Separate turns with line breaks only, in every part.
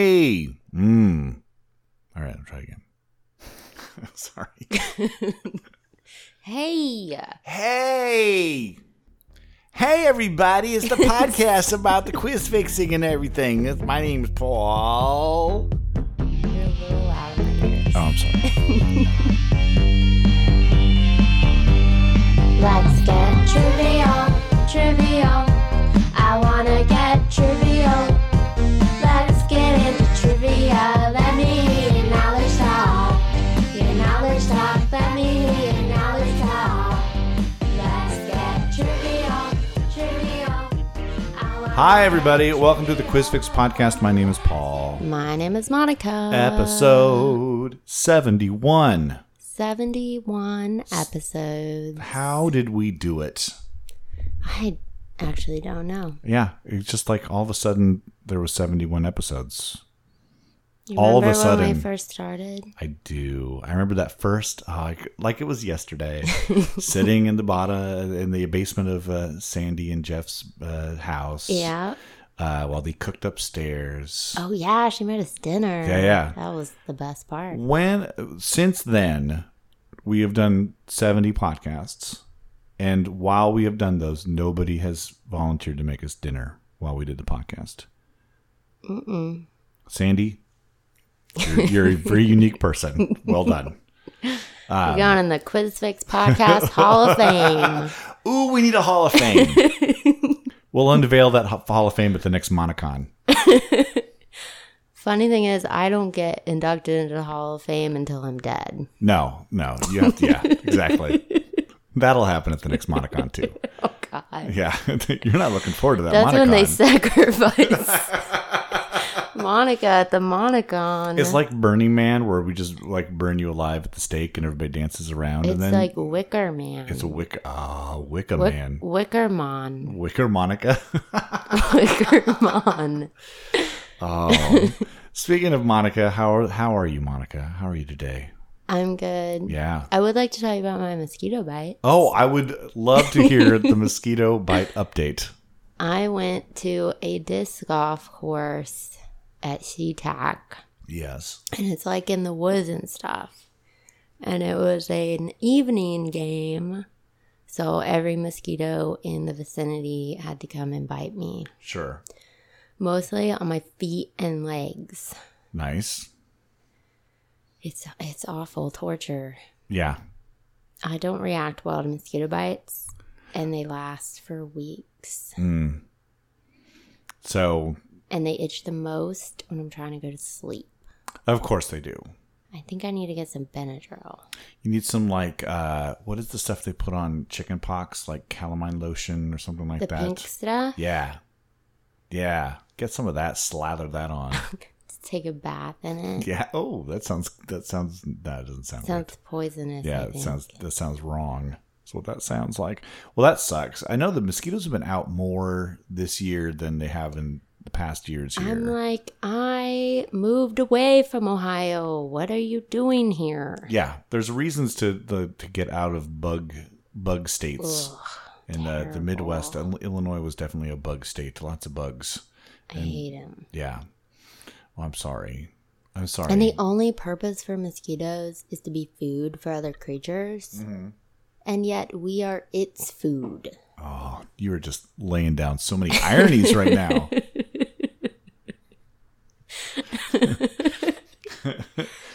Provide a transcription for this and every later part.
Hey. Mm. All right, I'll try again. Sorry.
Hey.
Hey. Hey, everybody. It's the podcast about the quiz fixing and everything. It's- My name's Paul.
You're a little loud in my ears.
Oh, I'm sorry.
Let's get trivial, trivial. I wanna get trivial. Let's get into trivia. Let me hear your knowledge talk. Your knowledge talk. Let me hear your knowledge talk. Let's get trivial, trivial. I wanna
Hi, everybody. Welcome to the Quiz Fix podcast. My name is Paul.
My name is Monica.
Episode 71.
71 episodes.
How did we do it?
I actually don't know.
Yeah, it's just like all of a sudden there was 71 episodes.
You
All of a
remember When
sudden.
we first started?
I do. I remember that first, uh, like- like it was yesterday, sitting in the bottom in the basement of uh, Sandy and Jeff's uh, house.
Yeah.
Uh, while they cooked upstairs.
Oh, yeah. She made us dinner.
Yeah, yeah.
That was the best part.
When since then, we have done seventy podcasts, and while we have done those, nobody has volunteered to make us dinner while we did the podcast. Mm-mm. Sandy, you're, you're a very unique person. Well done.
We're going in the Quiz Fix Podcast Hall of Fame.
Ooh, we need a Hall of Fame. we'll unveil that Ho- Hall of Fame at the next Monicon.
Funny thing is, I don't get inducted into the Hall of Fame until I'm dead.
No, no, you have to. Yeah, exactly. That'll happen at the next Monicon too.
Oh, God.
Yeah, you're not looking forward to that.
That's when they
Monicon.
sacrifice Monica at the Monicon.
It's like Burning Man, where we just like burn you alive at the stake, and everybody dances around,
It's
and then
like Wicker Man.
it's a Wick, ah, Wicca
Wick-
Man,
Wicker Mon.
Wicker Monica.
Wicker Mon.
oh, speaking of Monica, how are, how are you, Monica? How are you today?
I'm good.
Yeah.
I would like to tell you about my mosquito bite.
Oh, I would love to hear the mosquito bite update.
I went to a disc golf course at SeaTac,
Yes.
and it's like in the woods and stuff. And it was an evening game, so every mosquito in the vicinity had to come and bite me.
Sure.
mostly on my feet and legs.
Nice.
It's it's awful torture.
Yeah.
I don't react well to mosquito bites, and they last for weeks.
Mm. So,
And they itch the most when I'm trying to go to sleep.
of course they do.
I think I need to get some Benadryl.
You need some like uh what is the stuff they put on chicken pox, like calamine lotion or something like
The
that.
pink stuff.
Yeah. Yeah. Get some of that, slather that on.
to Take a bath in it.
yeah. Oh, that sounds that sounds that doesn't sound
Sounds poisonous.
good. Yeah,
I
that
think.
sounds that sounds wrong. That's what that sounds like. Well that sucks. I know the mosquitoes have been out more this year than they have in the past years here.
I'm like, I moved away from Ohio. What are you doing here?
yeah. There's reasons to the to get out of bug bug states.
Ugh,
and uh, the
terrible.
Midwest, Il- Illinois was definitely a bug state. Lots of bugs.
I hate him.
Yeah. Well, I'm sorry. I'm sorry.
And the only purpose for mosquitoes is to be food for other creatures.
Mm-hmm.
And yet we are its food.
oh, you are just laying down so many ironies right now.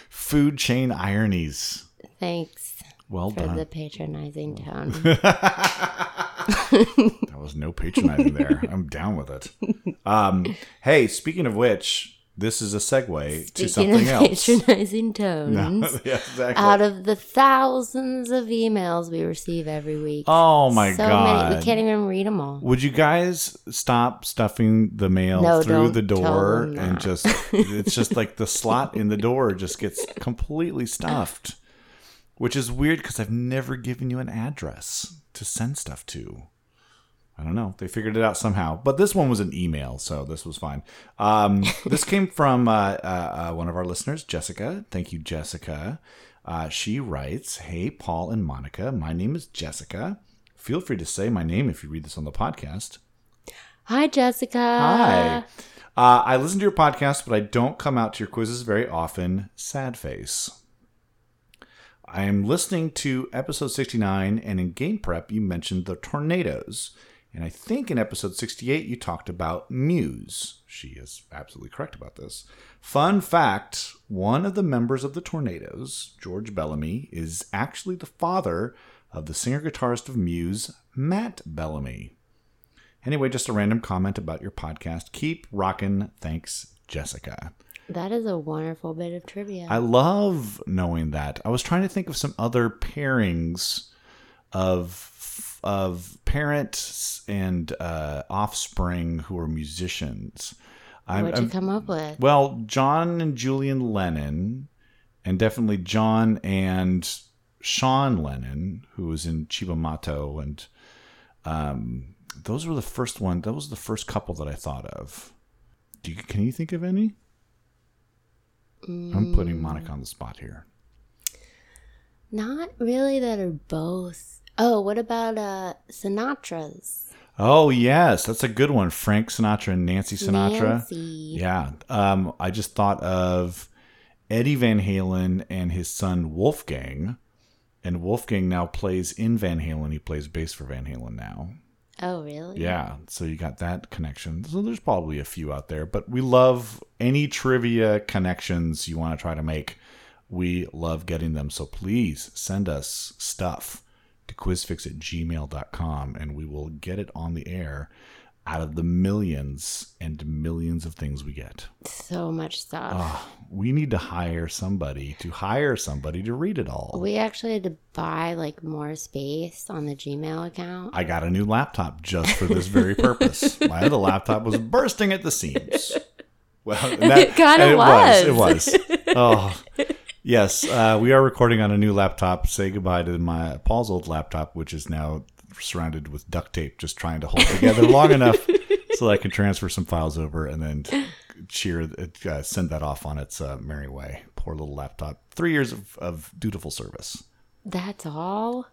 Food chain ironies.
Thanks
Well
for
done.
the patronizing tone.
That was no patronizing there. I'm down with it. Um, hey, speaking of which, this is a segue to
Speaking of
something else.
patronizing tones,
yeah, exactly.
out of the thousands of emails we receive every week,
oh my
so
god.
many we can't even read them all.
Would you guys stop stuffing the mail
No,
through
don't
the
tell
door
them
and
that.
just it's just like the slot in the door just gets completely stuffed, which is weird because I've never given you an address to send stuff to. I don't know. They figured it out somehow, but this one was an email, so this was fine. Um, this came from uh, uh, uh, one of our listeners, Jessica. Thank you, Jessica. Uh, she writes, "Hey, Paul and Monica, my name is Jessica. Feel free to say my name if you read this on the podcast.
Hi, Jessica.
Hi. Uh, I listen to your podcast, but I don't come out to your quizzes very often. Sad face. I am listening to episode 69, and in game prep, you mentioned the tornadoes. And I think in episode 68, you talked about Muse. She is absolutely correct about this. Fun fact one of the members of the Tornadoes, George Bellamy, is actually the father of the singer guitarist of Muse, Matt Bellamy. Anyway, just a random comment about your podcast. Keep rockin'. Thanks, Jessica.
That is a wonderful bit of trivia.
I love knowing that. I was trying to think of some other pairings of of parents and uh, offspring who are musicians. I'm,
What'd
I'm-
you come up with?
well, John and Julian Lennon, and definitely John and Sean Lennon, who was in Chibomato, and um, those were the first one. That was the first couple that I thought of. Do you, can you think of any? I'm putting Monica on the spot here.
Not really that are both. Oh, what about uh Sinatra's?
Oh yes, that's a good one. Frank Sinatra and Nancy Sinatra.
Nancy.
Yeah. Um, I just thought of Eddie Van Halen and his son Wolfgang. And Wolfgang now plays in Van Halen. He plays bass for Van Halen now.
Oh, really?
Yeah. So you got that connection. So there's probably a few out there, but we love any trivia connections you want to try to make. We love getting them. So please send us stuff to quizfix at gmail.com and we will get it on the air out of the millions and millions of things we get.
So much stuff.
We need to hire somebody to hire somebody to read it all.
We actually had to buy like more space on the Gmail account.
I got a new laptop just for this very purpose. My other laptop was bursting at the seams. Well, and that,
It kinda
and It
was.
was. It was. Oh, yes. Uh, we are recording on a new laptop. Say goodbye to my Paul's old laptop, which is now surrounded with duct tape, just trying to hold together long enough so that I can transfer some files over and then cheer uh, send that off on its uh, merry way. Poor little laptop. Three years of, of dutiful service.
That's all.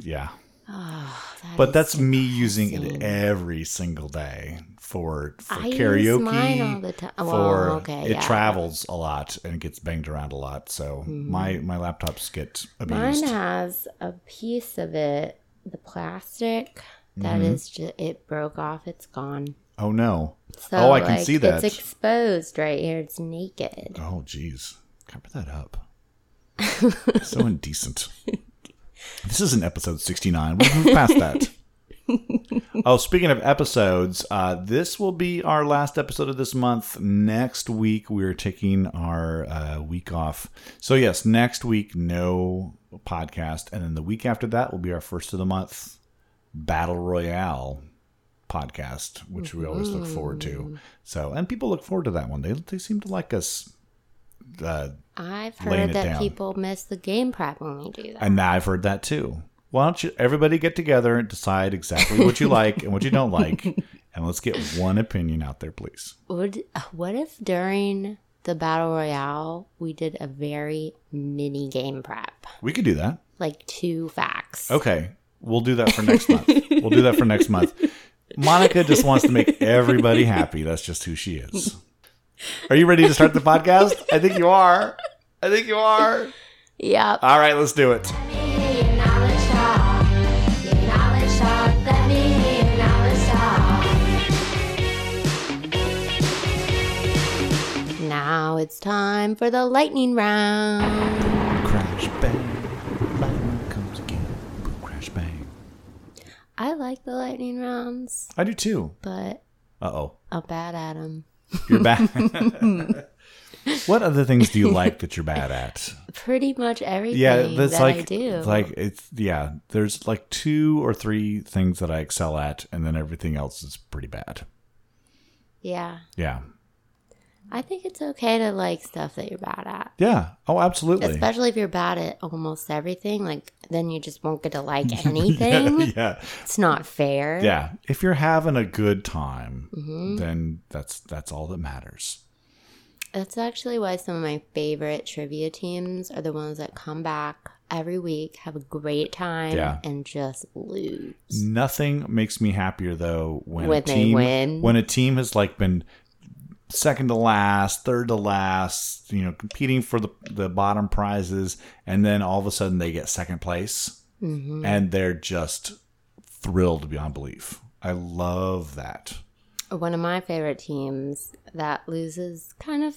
Yeah.
Oh, that
But
is-
that's me using it every single day for, for
I use
karaoke.
mine all the ti- well,
for
okay,
it
yeah.
travels a lot and gets banged around a lot, so my my laptops get
Mm-hmm. mine
abused.
has a piece of it, the plastic that
Mm-hmm.
is just it broke off. It's gone.
Oh no!
So
oh, I can
like,
see that.
It's exposed right here. It's naked.
oh, jeez, cover that up. so indecent. This isn't episode sixty nine. We've moved past that. oh, speaking of episodes, uh, this will be our last episode of this month. Next week, we're taking our uh, week off. So, yes, next week, no podcast. And then the week after that will be our first of the month Battle Royale podcast, which we always look forward to. So, and people look forward to that one. They, they seem to like us. Uh,
I've
Laying it
heard that
down.
people miss the game prep when we do that.
and I've heard that too. Why don't you everybody get together and decide exactly what you like and what you don't like, and let's get one opinion out there, please.
Would what if during the battle royale we did a very mini game prep,
We could do that.
like two facts?
Okay, we'll do that for next month. We'll do that for next month. Monica just wants to make everybody happy. That's just who she is. Are you ready to start the podcast? I think you are. I think you are.
Yep.
All right, let's do it.
Let me hear your knowledge talk. Your knowledge talk. Let me hear your knowledge talk.
Now it's time for the lightning round.
Crash bang, lightning comes again. Boom, Crash bang.
I like the lightning rounds,
I do too.
but
Uh oh.
I'm bad at them.
You're bad. what other things do you like that you're bad at?
Pretty much everything
Yeah, that's
that
like
I do.
like it's yeah. There's like two or three things that I excel at, and then everything else is pretty bad.
yeah,
Yeah,
I think it's okay to like stuff that you're bad at.
yeah. Oh, absolutely.
Especially if you're bad at almost everything, like then you just won't get to like anything.
yeah,
It's not fair.
yeah. If you're having a good time,
Mm-hmm.
then that's that's all that matters.
That's actually why some of my favorite trivia teams are the ones that come back every week, have a great time,
Yeah. Mm.
and just lose.
Nothing makes me happier though when, a
When they
team
win.
when a team has like been second to last, third to last, you know, competing for the, the bottom prizes. And then all of a sudden they get second place
Mm-hmm. Mm.
and they're just thrilled beyond belief. I love that.
One of my favorite teams that loses kind of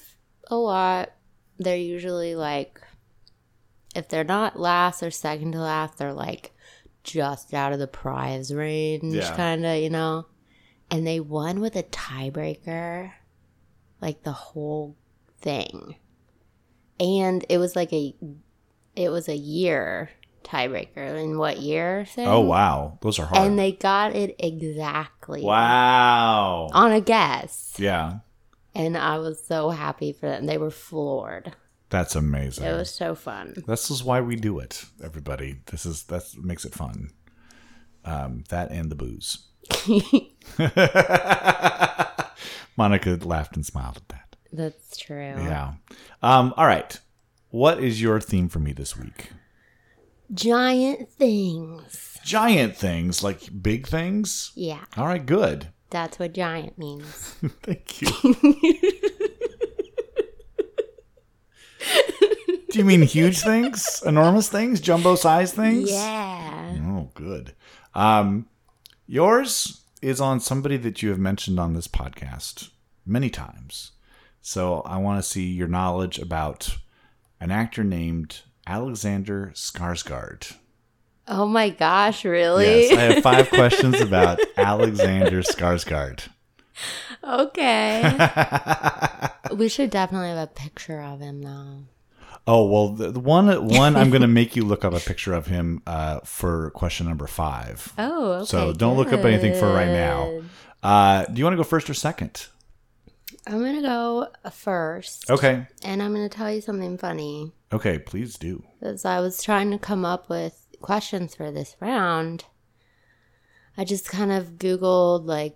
a lot. They're usually like, if they're not last or second to last, they're like just out of the prize range,
Yeah.
kind of, you know? And they won with a tiebreaker, like the whole thing. And it was like a, it was a year tiebreaker. In what year? Thing?
Oh, wow. Those are hard.
And they got it exactly.
wow.
On a guess.
Yeah.
And I was so happy for them. They were floored.
That's amazing.
It was so fun.
This is why we do it, everybody. This is that makes it fun. Um, that and the booze. Monica laughed and smiled at that.
That's true.
Yeah. Um, all right. What is your theme for me this week?
Giant things.
Giant things, like big things.
Yeah,
All right, good.
that's what giant means.
Thank you. Do you mean huge things, enormous things, jumbo size things?
yeah.
Oh, good. Um, yours is on somebody that you have mentioned on this podcast many times. So I want to see your knowledge about an actor named Alexander Skarsgård.
Oh my gosh, really?
Yes, I have five questions about Alexander Skarsgård.
okay. we should definitely have a picture of him though.
Oh well, the, the one one I'm going to make you look up a picture of him uh, for question number five.
Oh, okay.
so don't look up anything for right now.
good.
Uh, do you want to go first or second?
I'm going to go first
Okay,
and I'm going to tell you something funny.
okay, please do.
as I was trying to come up with questions for this round, I just kind of Googled like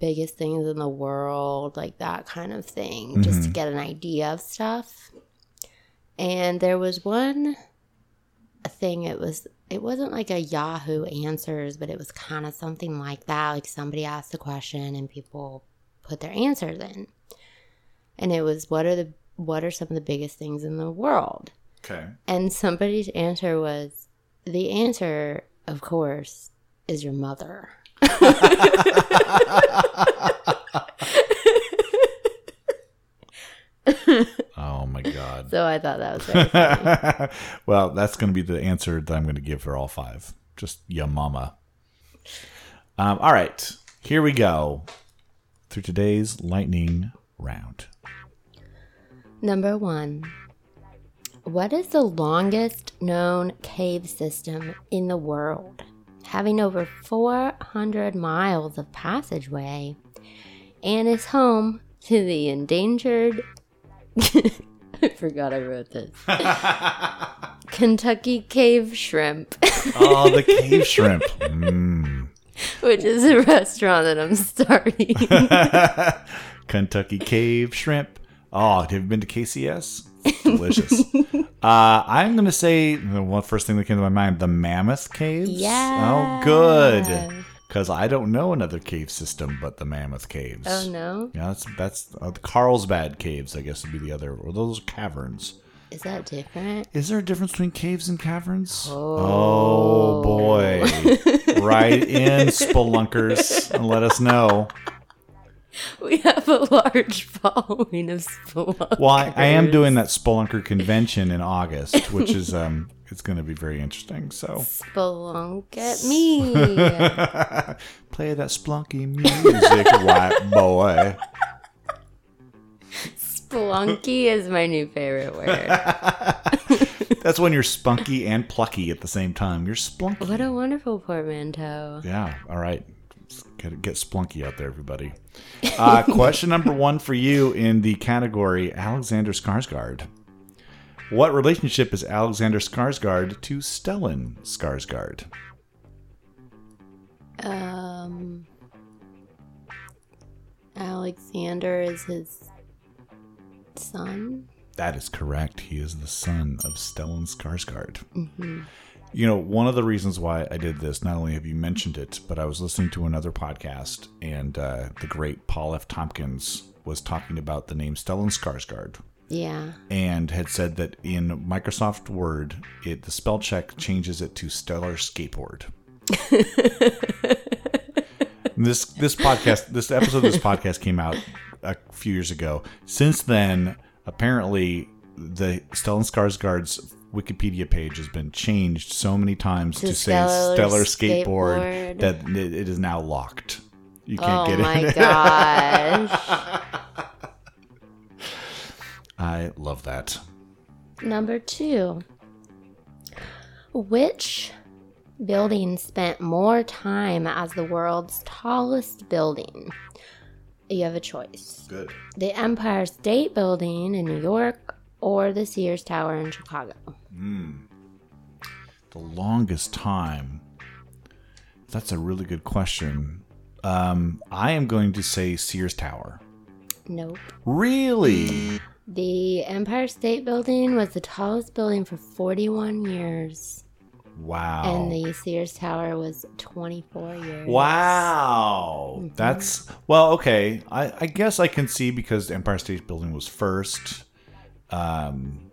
biggest things in the world, like that kind of thing, just to get an idea of stuff. And there was one thing, it was, it wasn't like a Yahoo answers, but it was kind of something like that. Like somebody asked a question and people put their answers in. And it was, what are the, what are some of the biggest things in the world?
Okay.
And somebody's answer was the answer, of course, is your mother.
Oh my god.
So I thought that was very funny.
well, that's going to be the answer that I'm going to give for all five. Just your mama. Um, all right, here we go through today's lightning round.
Number one. What is the longest known cave system in the world? Having over 400 miles of passageway and is home to the endangered. I forgot I wrote this. Kentucky cave shrimp,
Oh, the cave shrimp. Mm.
which is a restaurant that I'm starting.
Kentucky cave shrimp. Oh, have you been to KCS? Delicious. uh, I'm going to say the one first thing that came to my mind the mammoth caves.
Yeah.
Oh, good. Because I don't know another cave system but the mammoth caves.
oh no,
Yeah, that's that's uh, the Carlsbad caves, I guess would be the other, or those are caverns.
is that different?
Is there a difference between caves and caverns?
Oh.
Oh, boy! Write in spelunkers and let us know.
We have a large following of spelunks.
Well, I, I am doing that spelunker convention in August, which is um, it's going to be very interesting. So
Spelunk at me.
play that spelunky music, white boy.
Spelunky is my new favorite word.
That's when you're spunky and plucky at the same time. You're splunky.
What a wonderful portmanteau.
Yeah. All right. Get, get Splunky out there, everybody. Uh, question number one for you in the category Alexander Skarsgård. What relationship is Alexander Skarsgård to Stellan Skarsgård?
Um, Alexander is his son.
That is correct. He is the son of Stellan Skarsgård. You know, one of the reasons why I did this, not only have you mentioned it, but I was listening to another podcast, and uh, the great Paul F. Tompkins was talking about the name Stellan Skarsgård
Yeah.
and had said that in Microsoft Word, it the spell check changes it to Stellar Skateboard. this this podcast, this episode of this podcast came out a few years ago. Since then, apparently, the Stellan Skarsgård's Wikipedia page has been changed so many times to,
To
say
Stellar
Stellar Skateboard,
Skateboard.
that it it is now locked. You can't
Oh
get in.
my gosh.
I love that.
Number two. Which building spent more time as the world's tallest building? You have a choice
Good.
the Empire State Building in New York or the Sears Tower in Chicago.
the longest time? That's a really good question. Um, I am going to say Sears Tower.
Nope.
Really?
The Empire State Building was the tallest building for 41 years,
Wow.
and the Sears Tower was 24 years.
wow.
Mm-hmm.
That's well, okay. I, I guess I can see because the Empire State Building was first. Um,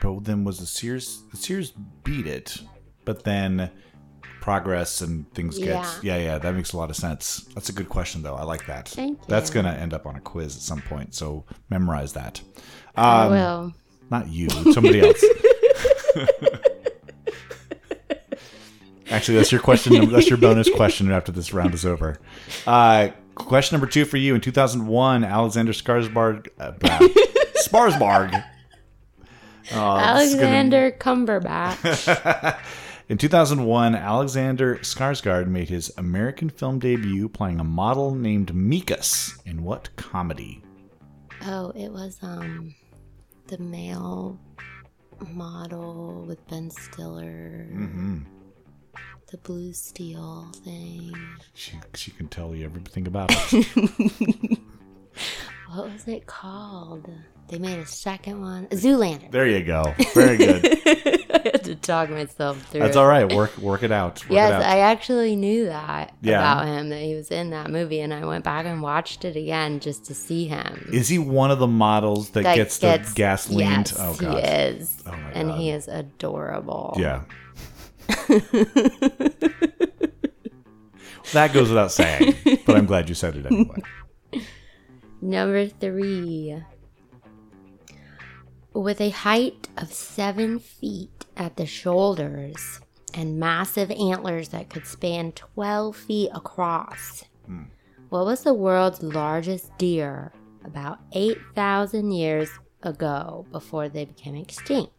but then was the Sears the Sears beat it, but then progress and things
Yeah.
get yeah yeah that makes a lot of sense that's a good question though i like that
Thank
that's
you.
gonna end up on a quiz at some point so memorize that
I
um
will.
not you somebody else actually that's your question that's your bonus question after this round is over uh question number two for you in 2001 alexander skarsgård uh, blah. sparsborg Oh, this is gonna-
Alexander Cumberbatch.
in 2001, Alexander Skarsgård made his American film debut playing a model named Mikas in what comedy?
Oh, it was um the male model with Ben Stiller,
hmm
the blue steel thing.
She, she can tell you everything about it.
What was it called? They made a second one. Zoolander.
there you go. Very good.
I had to talk myself through.
That's
it.
all right. Work work it out. Work
Yes,
it out.
I actually knew that
Yeah.
about him that he was in that movie, and I went back and watched it again just to see him.
Is he one of the models that,
That
gets, the gasoline?
Yes,
Oh,
he
God.
is,
Oh, my
and he
God.
is adorable.
Yeah. that goes without saying, but I'm glad you said it anyway.
Number three. With a height of seven feet at the shoulders and massive antlers that could span 12 feet across, what was the world's largest deer about 8,000 years ago before they became extinct?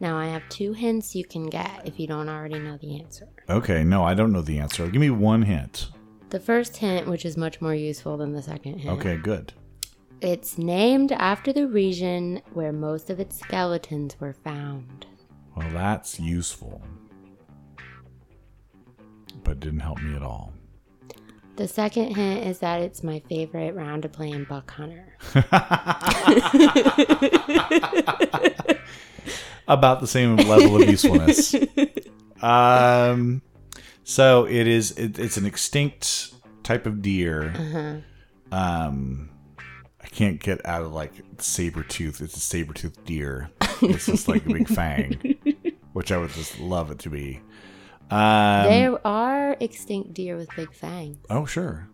Now, I have two hints you can get if you don't already know the answer.
Okay, no, I don't know the answer. Give me one hint.
The first hint, which is much more useful than the second hint.
Okay, good.
It's named after the region where most of its skeletons were found.
Well, that's useful. But it didn't help me at all.
The second hint is that it's my favorite round to play in Buck Hunter.
About the same level of usefulness. um, so it is. It, it's an extinct type of deer. Um, I can't get out of like saber tooth. It's a saber tooth deer. It's just like a big fang, which I would just love it to be. Um,
there are extinct deer with big fangs,
oh sure.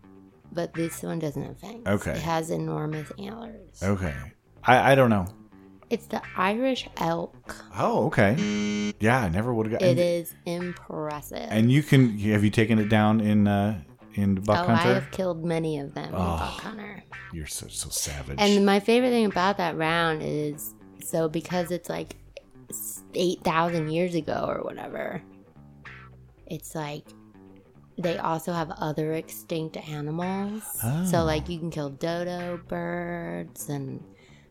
but this one doesn't have fangs.
Okay. Oh.
It has enormous antlers.
Okay. I, I don't know.
It's the Irish elk.
Oh, okay. Yeah, I never would have got.
It
And,
is impressive.
and you can have you taken it down in uh in Buck
oh, I
Hunter?
have killed many of them in
Oh.
Buck Hunter.
You're so so savage.
And my favorite thing about that round is so because it's like 8,000 years ago or whatever, it's like they also have other extinct animals.
Oh.
So, like, you can kill dodo birds, and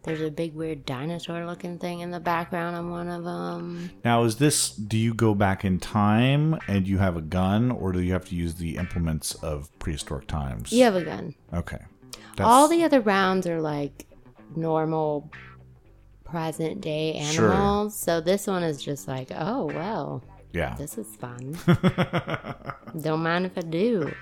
there's a big, weird dinosaur looking thing in the background on one of them.
now, is this? Do you go back in time and you have a gun, or do you have to use the implements of prehistoric times?
You have a gun.
Okay.
All the other rounds are like normal present day
Sure.
animals. So this one is just like, oh, well,
Yeah.
this is fun. Don't mind if I do.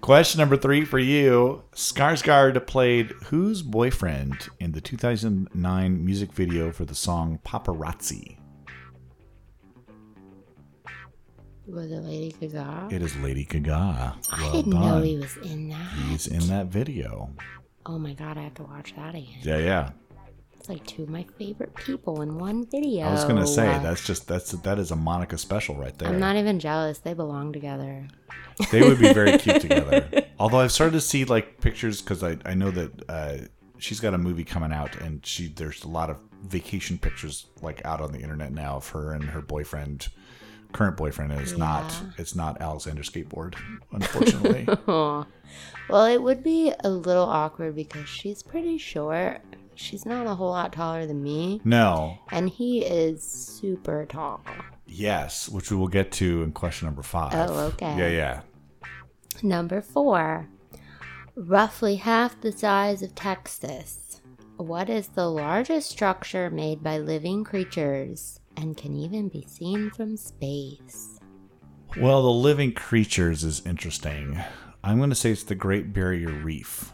Question number three for you. Skarsgård played whose boyfriend in the 2009 music video for the song Paparazzi?
Was it Lady Gaga?
It is Lady Gaga.
I
Well
didn't know
done.
he was in that.
He's in that video.
Oh my god, I have to watch that again.
Yeah, yeah.
It's like two of my favorite people in one video.
I was gonna say that's just that's that is a Monica special right there.
I'm not even jealous. They belong together.
they would be very cute together. Although I've started to see like pictures because I, I know that uh, she's got a movie coming out and she there's a lot of vacation pictures like out on the internet now of her and her boyfriend. Current boyfriend is not it's not Alexander Skateboard, unfortunately.
Aw. Well, it would be a little awkward because she's pretty short. She's not a whole lot taller than me,
no.
and he is super tall.
Yes, which we will get to in question number five.
Oh, okay.
Yeah, yeah.
Number four, roughly half the size of Texas. What is the largest structure made by living creatures and can even be seen from space?
Well, the living creatures is interesting. I'm gonna say it's the Great Barrier Reef.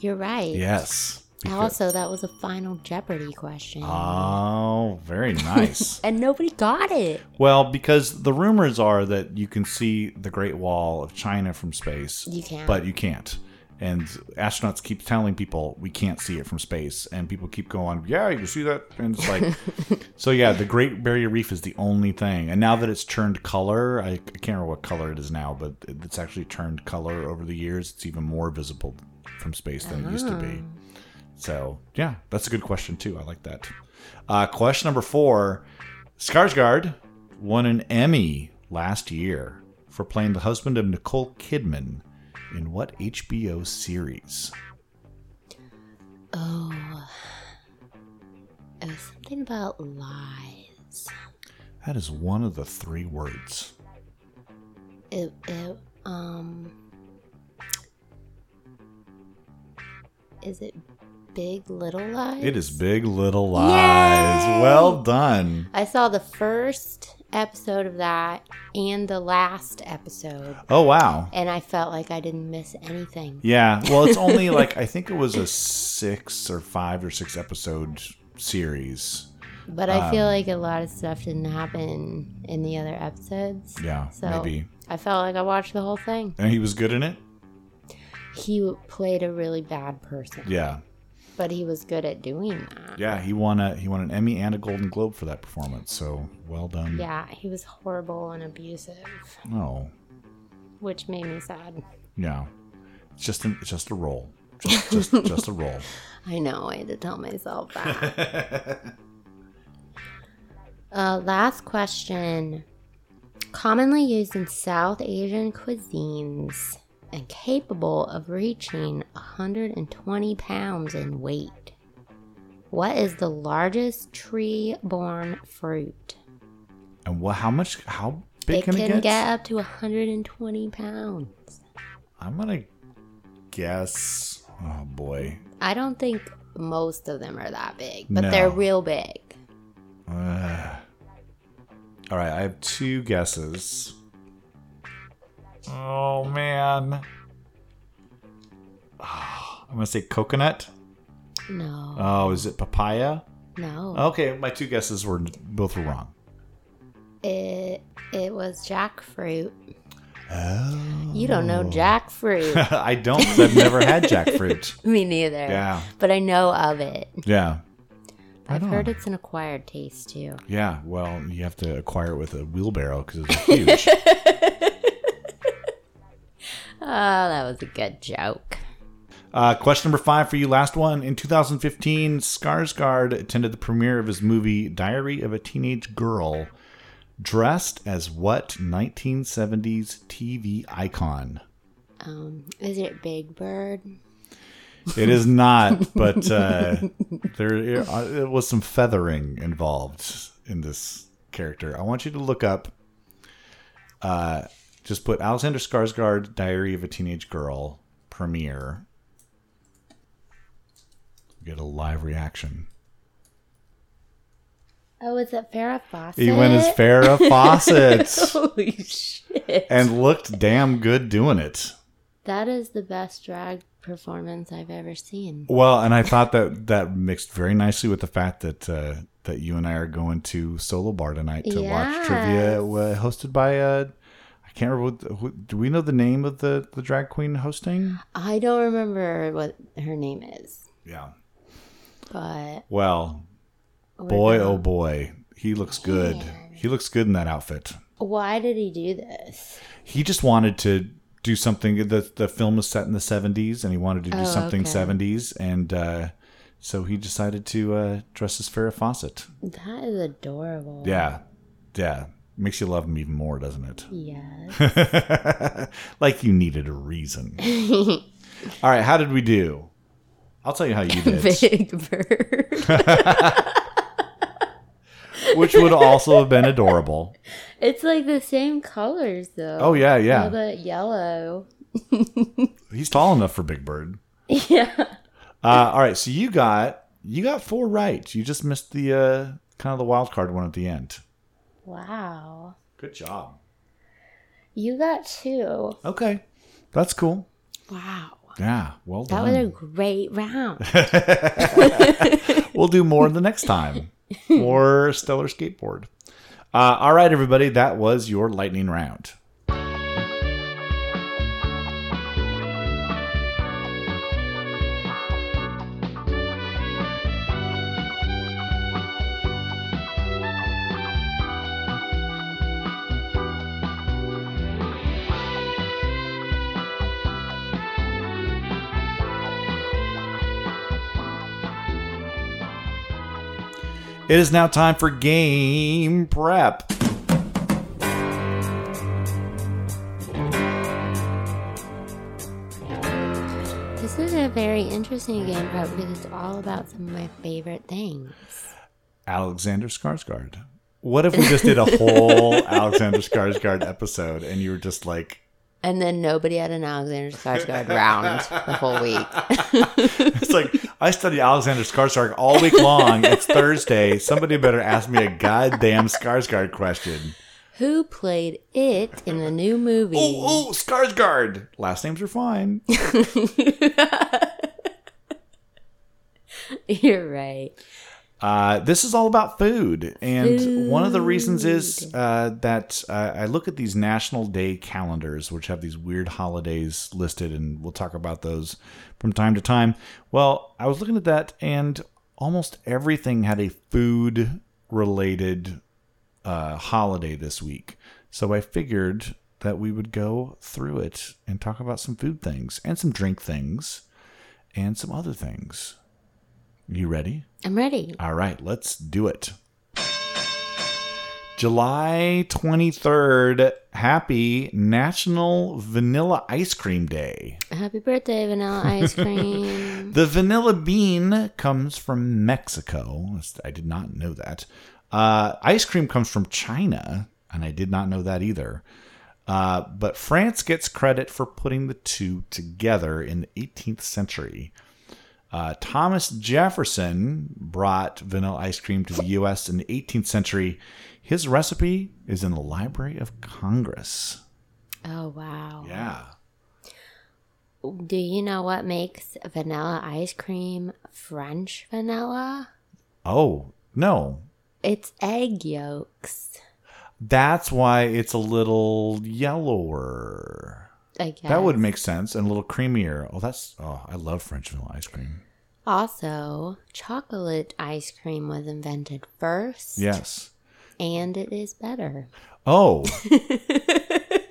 You're right.
Yes. because-
Also, that was a final Jeopardy question.
Oh, very nice.
and nobody got it.
well, because the rumors are that you can see the Great Wall of China from space,
You can't.
but you can't. And astronauts keep telling people we can't see it from space, and people keep going, "Yeah, you can see that." And it's like, so yeah, the Great Barrier Reef is the only thing. And now that it's turned color, I, I can't remember what color it is now, but it's actually turned color over the years. It's even more visible from space than it used to be.
Oh.
So yeah, that's a good question too. I like that. Uh, question number four: Skarsgård won an Emmy last year for playing the husband of Nicole Kidman in what HBO series?
Oh. It was something about lies.
That is one of the three words.
It, it, um. Is it Big Little Lies?
It is Big Little Lies. Well done.
I saw the first episode of that and the last episode,
Oh wow.
and I felt like I didn't miss anything.
Yeah. Well, it's only like I think it was a six or five or six episode series.
But I feel
um,
like a lot of stuff didn't happen in the other episodes.
Yeah,
So
maybe.
I felt like I watched the whole thing.
And he was good in it.
He w- played a really bad person,
Yeah.
but he was good at doing that.
Yeah, he won a he won an Emmy and a Golden Globe for that performance. So well done.
Yeah, he was horrible and abusive,
Oh,
which made me sad.
yeah. It's just an, it's just a role. Just just, just a role.
I know, I had to tell myself that. uh, last question. Commonly used in South Asian cuisines and capable of reaching 120 pounds in weight. What is the largest tree borne fruit?
And what? How much? How big
it
can, it get?
up to 120 pounds.
I'm gonna guess. Oh boy.
I don't think most of them are that big, but
No.
they're real big.
Ugh. all right, I have two guesses. Oh man. Ah, I'm gonna say coconut.
No.
Oh, is it papaya?
no.
Okay, my two guesses were both were wrong.
It it was jackfruit.
Oh.
You don't know jackfruit.
I don't 'cause I've never had jackfruit.
Me neither.
Yeah.
But I know of it.
Yeah.
I've
on.
heard it's an acquired taste too.
Yeah. Well, you have to acquire it with a wheelbarrow because it's huge.
Oh, that was a good joke.
uh, question number five for you, last one. In 2015, Skarsgård attended the premiere of his movie Diary of a Teenage Girl, dressed as what 1970s TV icon?
Um, is it Big Bird?
It is not, but uh, there uh, it was some feathering involved in this character. I want you to look up. Uh, just put Alexander Skarsgård, Diary of a Teenage Girl premiere. You Get a live reaction.
Oh, was it Farrah Fawcett?
He went as Farrah Fawcett
Holy shit!
and looked damn good doing it.
that is the best drag performance I've ever seen.
Well, and I thought that that mixed very nicely with the fact that uh, that you and I are going to Solo Bar tonight to watch
Yes.
trivia uh, hosted by uh, I can't remember. What, who, do we know the name of the the drag queen hosting?
I don't remember what her name is,
Yeah.
but
Well,
we're
boy,
gonna-
oh boy, he looks good. He looks good in that outfit.
why did he do this?
He just wanted to do something. the The film was set in the seventies, and he wanted to do
Oh,
something
okay.
seventies, and uh, so he decided to uh, dress as Farrah Fawcett.
That is adorable.
Yeah. Yeah. Makes you love him even more, doesn't
Yes.
it? like you needed a reason. All right, how did we do? I'll tell you how you did.
Big Bird.
which would also have been adorable.
it's like the same colors though.
Oh yeah,
All
yeah.
the yellow.
He's tall enough for Big Bird.
Yeah.
Uh, all right, so you got you got four right. You just missed the uh, kind of the wild card one at the end.
Wow.
Good job.
You got two.
Okay. That's cool.
Wow.
Yeah, well
That
done.
was a great round.
we'll do more the next time. More Stellar Skateboard. Uh, all right, everybody, that was your lightning round. It is now time for game prep.
This is a very interesting game prep because it's all about some of my favorite things.
Alexander Skarsgård. What if we just did a whole Alexander Skarsgård episode and you were just like,
And then nobody had an Alexander Skarsgård round the whole week.
it's like, I study Alexander Skarsgård all week long. It's Thursday. Somebody better ask me a goddamn Skarsgård question.
Who played it in the new movie?
Oh, oh, Skarsgård. Last names are fine.
You're right.
Uh, this is all about food, and one of the reasons is uh, that uh, I look at these national day calendars, which have these weird holidays listed, and we'll talk about those from time to time. Well, I was looking at that, and almost everything had a food related uh, holiday this week, so I figured that we would go through it and talk about some food things and some drink things and some other things. You ready?
I'm ready.
All right, let's do it. July 23rd, happy National Vanilla Ice Cream Day.
Happy birthday, vanilla ice cream.
The vanilla bean comes from Mexico. I did not know that. Uh, ice cream comes from China, and I did not know that either. Uh, but France gets credit for putting the two together in the 18th century. Uh, Thomas Jefferson brought vanilla ice cream to the U.S. in the 18th century. His recipe is in the Library of Congress.
oh, wow.
Yeah.
Do you know what makes vanilla ice cream French vanilla?
Oh, no.
It's egg yolks,
That's why it's a little yellower.
I guess.
That would make sense and a little creamier. Oh, that's oh, I love French vanilla ice cream.
Also, chocolate ice cream was invented first.
Yes.
And it is better.
Oh.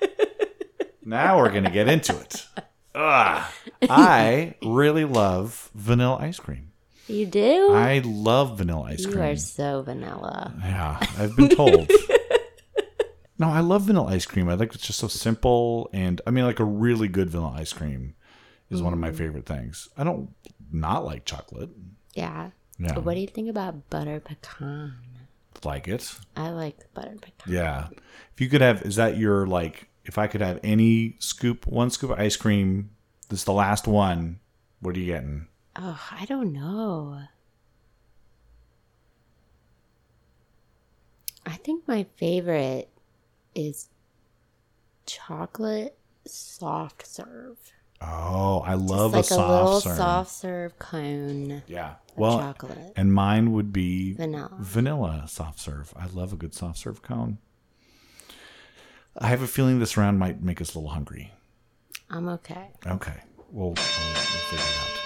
now we're gonna get into it. Ugh. I really love vanilla ice cream.
You do?
I love vanilla ice
you are
cream.
so vanilla.
Yeah, I've been told. no, I love vanilla ice cream. I think it's just so simple, and I mean, like a really good vanilla ice cream is one of
Mm.
my favorite things. I don't not like chocolate.
Yeah.
Yeah,
What do you think about butter pecan?
like it.
I like butter pecan.
Yeah. If you could have, is that your like? If I could have any scoop, one scoop of ice cream, this is the last one. What are you getting?
Oh, I don't know. think my favorite is chocolate soft serve.
Oh, I
It's
love
like
a
a,
soft
little
serve.
soft serve cone
yeah.
of
Well,
chocolate
and mine would be
vanilla.
vanilla soft serve. I love a good soft serve cone. I have a feeling this round might make us a little hungry.
I'm okay.
Okay. We'll, we'll, we'll figure it out.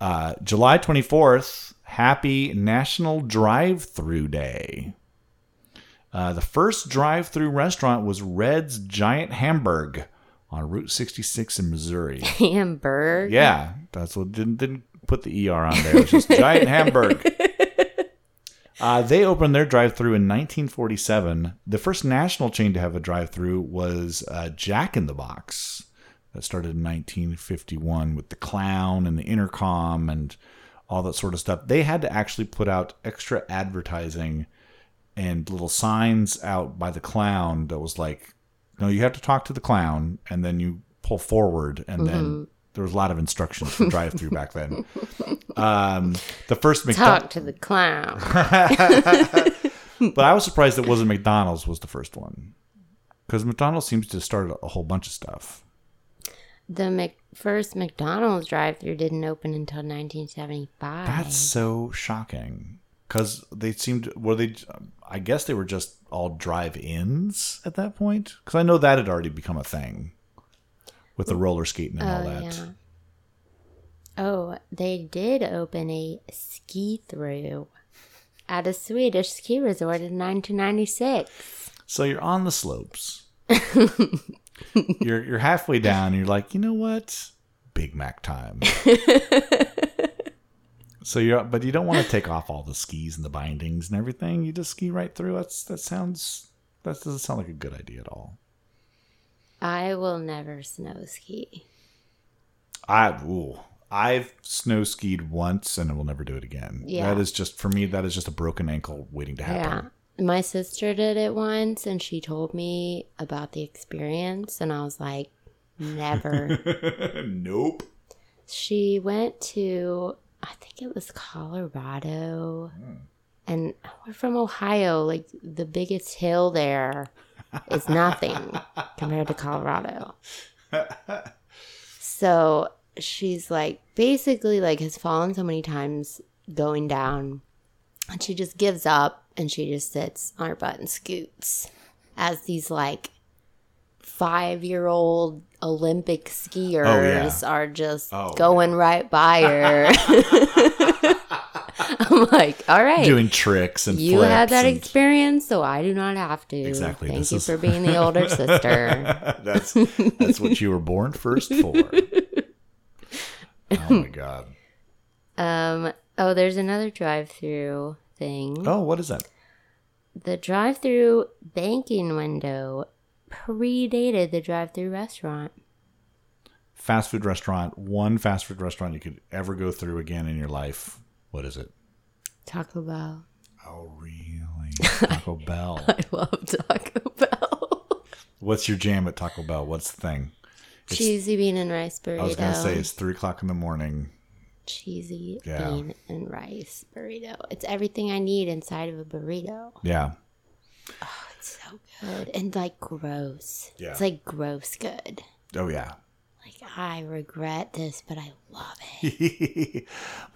Uh, July 24th, happy National Drive Through Day. Uh, the first drive through restaurant was Red's Giant Hamburg on Route 66 in Missouri.
Hamburg.
Yeah, that's what didn't didn't put the ER on there. It was just giant Hamburg. Uh, they opened their drive-through in 1947. The first national chain to have a drive-through was uh, Jack in the Box, that started in 1951 with the clown and the intercom and all that sort of stuff. They had to actually put out extra advertising and little signs out by the clown that was like, no, you have to talk to the clown and then you pull forward. And then there was a lot of instructions for drive through back then. Um, the first
Talk
McDonald's,
to the clown.
but I was surprised it wasn't McDonald's was the first one because McDonald's seems to start a whole bunch of stuff.
the Mc- first McDonald's drive-through didn't open until 1975.
That's so shocking because they seemed were they? I guess they were just all drive-ins at that point because I know that had already become a thing with the roller skating and all
Oh,
that.
yeah. Oh, they did open a ski through at a Swedish ski resort in 1996.
So you're on the slopes. you're you're halfway down. And you're like, you know what? Big Mac time. so you're, but you don't want to take off all the skis and the bindings and everything. You just ski right through. That's that sounds that doesn't sound like a good idea at all.
I will never snow ski.
I ooh, I've snow skied once and I will never do it again.
Yeah.
That is just for me. That is just a broken ankle waiting to happen.
Yeah. My sister did it once and she told me about the experience and I was like, never.
nope.
she went to I think it was Colorado and we're from Ohio like the biggest hill there is nothing compared to Colorado so she's like basically like has fallen so many times going down and she just gives up and she just sits on her butt and scoots as these like five year old Olympic skiers are just
Oh,
going right by her. I'm like, all right.
Doing tricks and
you had
flips
that
and-
experience, so I do not have to.
Exactly,
Thank
this
you
is-
for being the older sister.
that's that's what you were born first for. Oh my god.
Um, oh, there's another drive through thing.
Oh, what is that?
The drive through banking window predated the drive through restaurant.
Fast food restaurant, one fast food restaurant you could ever go through again in your life. What is it?
Taco Bell.
Oh, really? Taco Bell.
I love Taco Bell.
What's your jam at Taco Bell? What's the thing?
Cheesy bean and rice burrito.
I was gonna say it's three o'clock in the morning.
cheesy
Yeah.
bean and rice burrito. It's everything I need inside of a burrito.
Yeah.
It's so good and like gross.
Yeah.
It's like gross good.
Oh yeah.
Like I regret this, but I love it.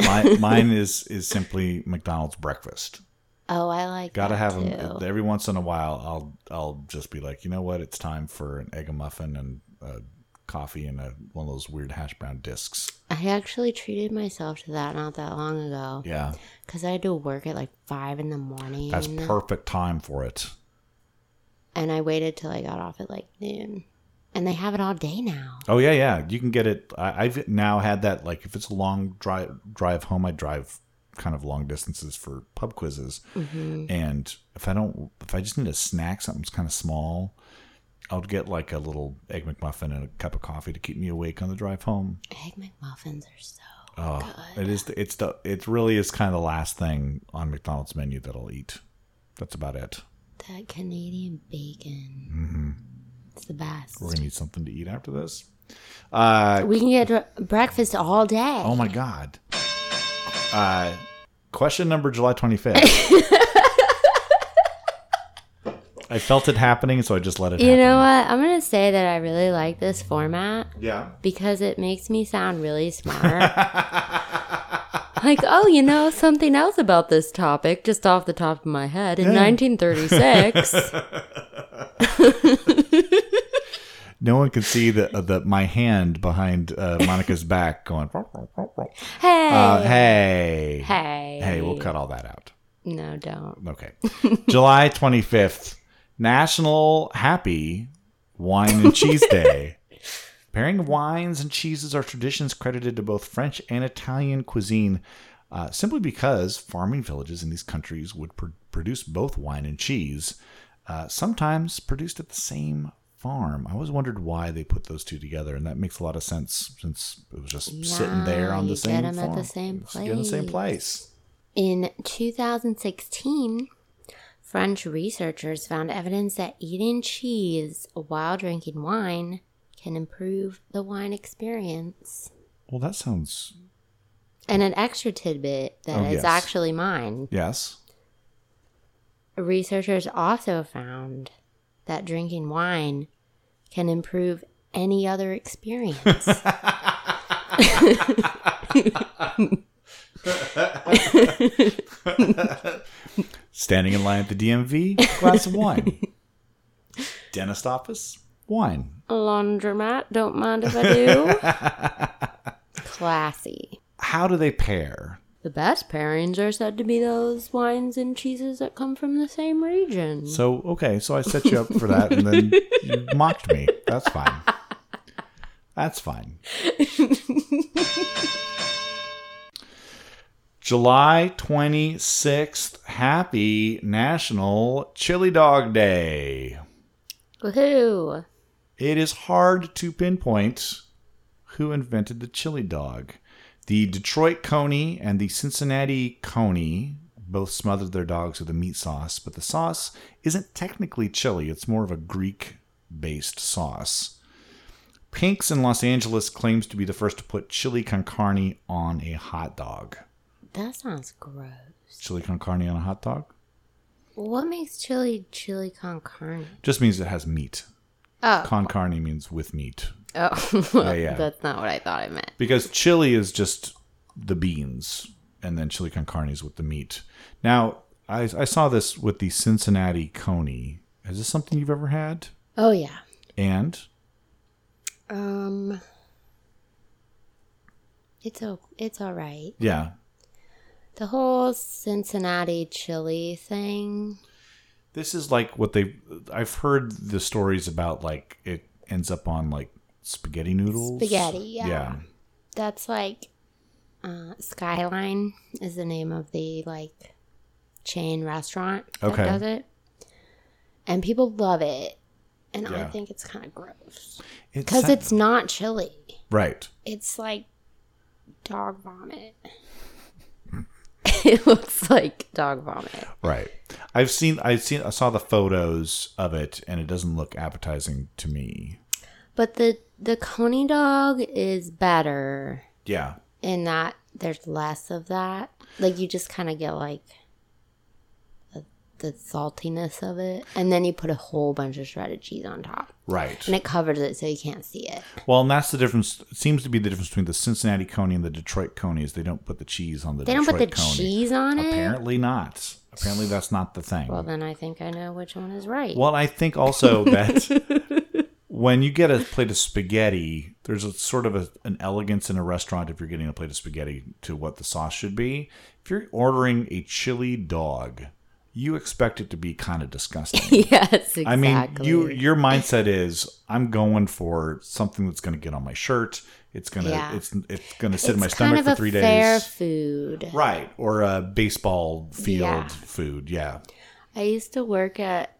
My, mine is is simply McDonald's breakfast.
Oh, I like.
Gotta
that
have them
too.
every once in a while. I'll I'll just be like, you know what? It's time for an egg and muffin and a coffee and a one of those weird hash brown discs.
I actually treated myself to that not that long ago
Yeah,
because I had to work at like five in the morning,
that's perfect time for it.
and I waited till I got off at like noon. And they have it all day now.
Oh yeah, yeah. You can get it. I, I've now had that. Like if it's a long drive drive home, I drive kind of long distances for pub quizzes. And if I don't, if I just need a snack, something's kind of small, I'll get like a little egg McMuffin and a cup of coffee to keep me awake on the drive home.
Egg McMuffins are so.
Oh, it is. The, it's the. It really is kind of the last thing on McDonald's menu that I'll eat. That's about it.
That Canadian bacon.
Mm-hmm.
It's the best.
We're gonna need something to eat after this. Uh,
We can get dr- breakfast all day.
oh my god. Uh, question number July twenty fifth. felt I felt it happening, so I just let it.
You
happen.
know what? I'm going to say that I really like this format
Yeah.
because it makes me sound really smart. like, oh, you know, something else about this topic just off the top of my head. In 1936,
No one can see the uh, the my hand behind uh, Monica's back going.
hey,
Uh, hey.
hey,
Hey, we'll cut all that out.
No, don't.
Okay. July 25th, National Happy Wine and Cheese Day. Pairing wines and cheeses are traditions credited to both French and Italian cuisine uh, simply because farming villages in these countries would pr- produce both wine and cheese, uh, sometimes produced at the same farm. I always wondered why they put those two together, and that makes a lot of sense since it was just sitting there
Yeah,
on the
you get
same
'em at the
farm.
same
Just get 'em the same place.
In 2016, French researchers found evidence that eating cheese while drinking wine can improve the wine experience.
Well, that sounds
And an extra tidbit that
Oh,
is
yes.
actually mine.
yes.
Researchers also found that drinking wine can improve any other experience.
Standing in line at the DMV, glass of wine. Dentist office, wine.
Laundromat, don't mind if I do. Classy.
How do they pair?
The best pairings are said to be those wines and cheeses that come from the same region.
So, okay, so I set you up for that and then you mocked me. That's fine. That's fine. July 26th, happy National Chili Dog Day.
Woohoo!
It is hard to pinpoint who invented the chili dog. The Detroit Coney and the Cincinnati Coney both smothered their dogs with a meat sauce, but the sauce isn't technically chili, it's more of a Greek based sauce. Pink's in Los Angeles claims to be the first to put chili con carne on a hot dog.
That sounds gross.
Chili con carne on a hot dog?
What makes chili chili con carne?
Just means it has meat.
Oh.
Con carne means with meat.
Oh,
yeah.
that's not what I thought I meant.
because chili is just the beans and then chili con carne is with the meat now I, I saw this with the cincinnati coney is this something you've ever had
Oh yeah.
and
Um. It's o- it's all right.
yeah
The whole Cincinnati chili thing.
this is like what they i've heard the stories about like it ends up on like spaghetti noodles
Spaghetti, yeah.
yeah
That's like uh, Skyline is the name of the like chain restaurant that
Okay.
does it, and people love it. And I
Yeah.
think it's kind of gross
It
because
sa-
it's not chili.
right
It's like dog vomit. it looks like dog vomit.
right i've seen i've seen i saw the photos of it and it doesn't look appetizing to me
But the the coney dog is better
yeah
in that there's less of that. Like you just kind of get like the, the saltiness of it, and then you put a whole bunch of shredded cheese on top,
right
and it covers it so you can't see it.
Well, and that's the difference. It seems to be the difference between the Cincinnati Coney and the Detroit Coney is they don't put the cheese on the.
They don't
Detroit
put the
Coney.
cheese on it.
Apparently not. Apparently that's not the thing.
Well, then I think I know which one is right.
Well, I think also that when you get a plate of spaghetti, there's a sort of a, an elegance in a restaurant if you're getting a plate of spaghetti to what the sauce should be. If you're ordering a chili dog, you expect it to be kind of disgusting.
yes, exactly.
I mean, you your mindset is I'm going for something that's going to get on my shirt. It's gonna
Yeah.
it's it's gonna sit
it's
in my
kind
stomach
of
for
a
three
fair
days.
food.
Right, or a baseball field
Yeah.
food. Yeah,
I used to work at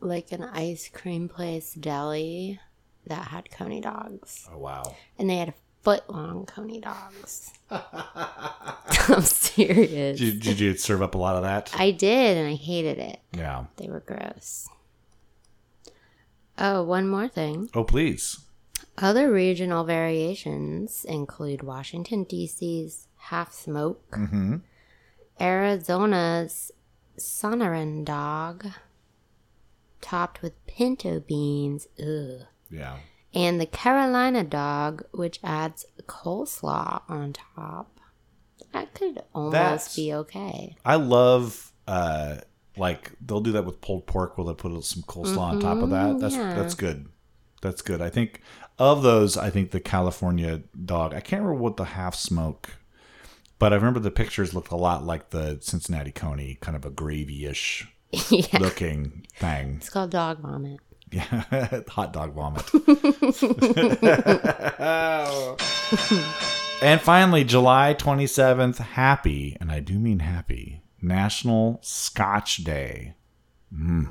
like an ice cream place deli that had coney dogs.
oh wow,
and they had foot long coney dogs. I'm serious.
did, did you serve up a lot of that?
I did, and I hated it.
yeah.
They were gross. Oh, one more thing.
Oh please.
Other regional variations include Washington, D.C.'s half smoke,
Mm-hmm.
Arizona's sonoran dog, topped with pinto beans. Ugh.
Yeah.
And the Carolina dog, which adds coleslaw on top. That could almost
That's-
be okay.
I love uh like they'll do that with pulled pork where they put some coleslaw on top of that. That's
Mm-hmm, yeah.
that's good. That's good. I think of those, I think the California dog. I can't remember what the half smoke, but I remember the pictures looked a lot like the Cincinnati Coney, kind of a gravy ish
yeah.
looking thing.
It's called dog vomit.
Yeah, hot dog vomit. and finally, July 27th, happy, and I do mean happy, National Scotch Day. Mm.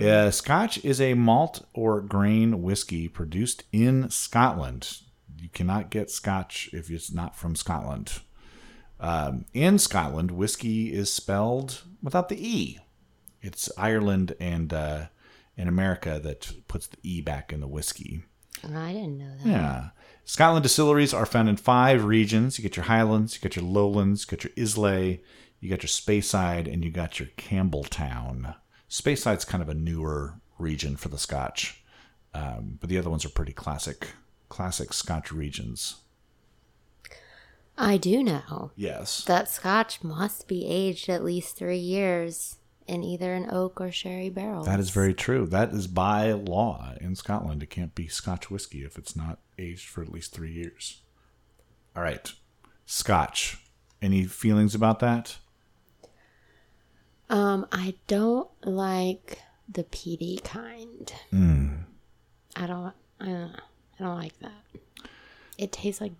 Uh, Scotch is a malt or grain whiskey produced in Scotland. You cannot get Scotch if it's not from Scotland. Um, in Scotland, whiskey is spelled without the E it's Ireland and uh, and America that puts the E back in the whiskey.
I didn't know that.
Yeah. Scotland distilleries are found in five regions. You get your Highlands, you get your Lowlands, you get your Islay, you got your Speyside, and you got your Campbelltown. Speyside's kind of a newer region for the Scotch, um, but the other ones are pretty classic, classic Scotch regions.
I do know
Yes.
that scotch must be aged at least three years in either an oak or sherry barrel.
That is very true. That is by law in Scotland. It can't be Scotch whiskey if it's not aged for at least three years. All right. Scotch. Any feelings about that?
Um, I don't like the peaty kind.
Hmm.
I don't. I don't. I don't like that. It tastes like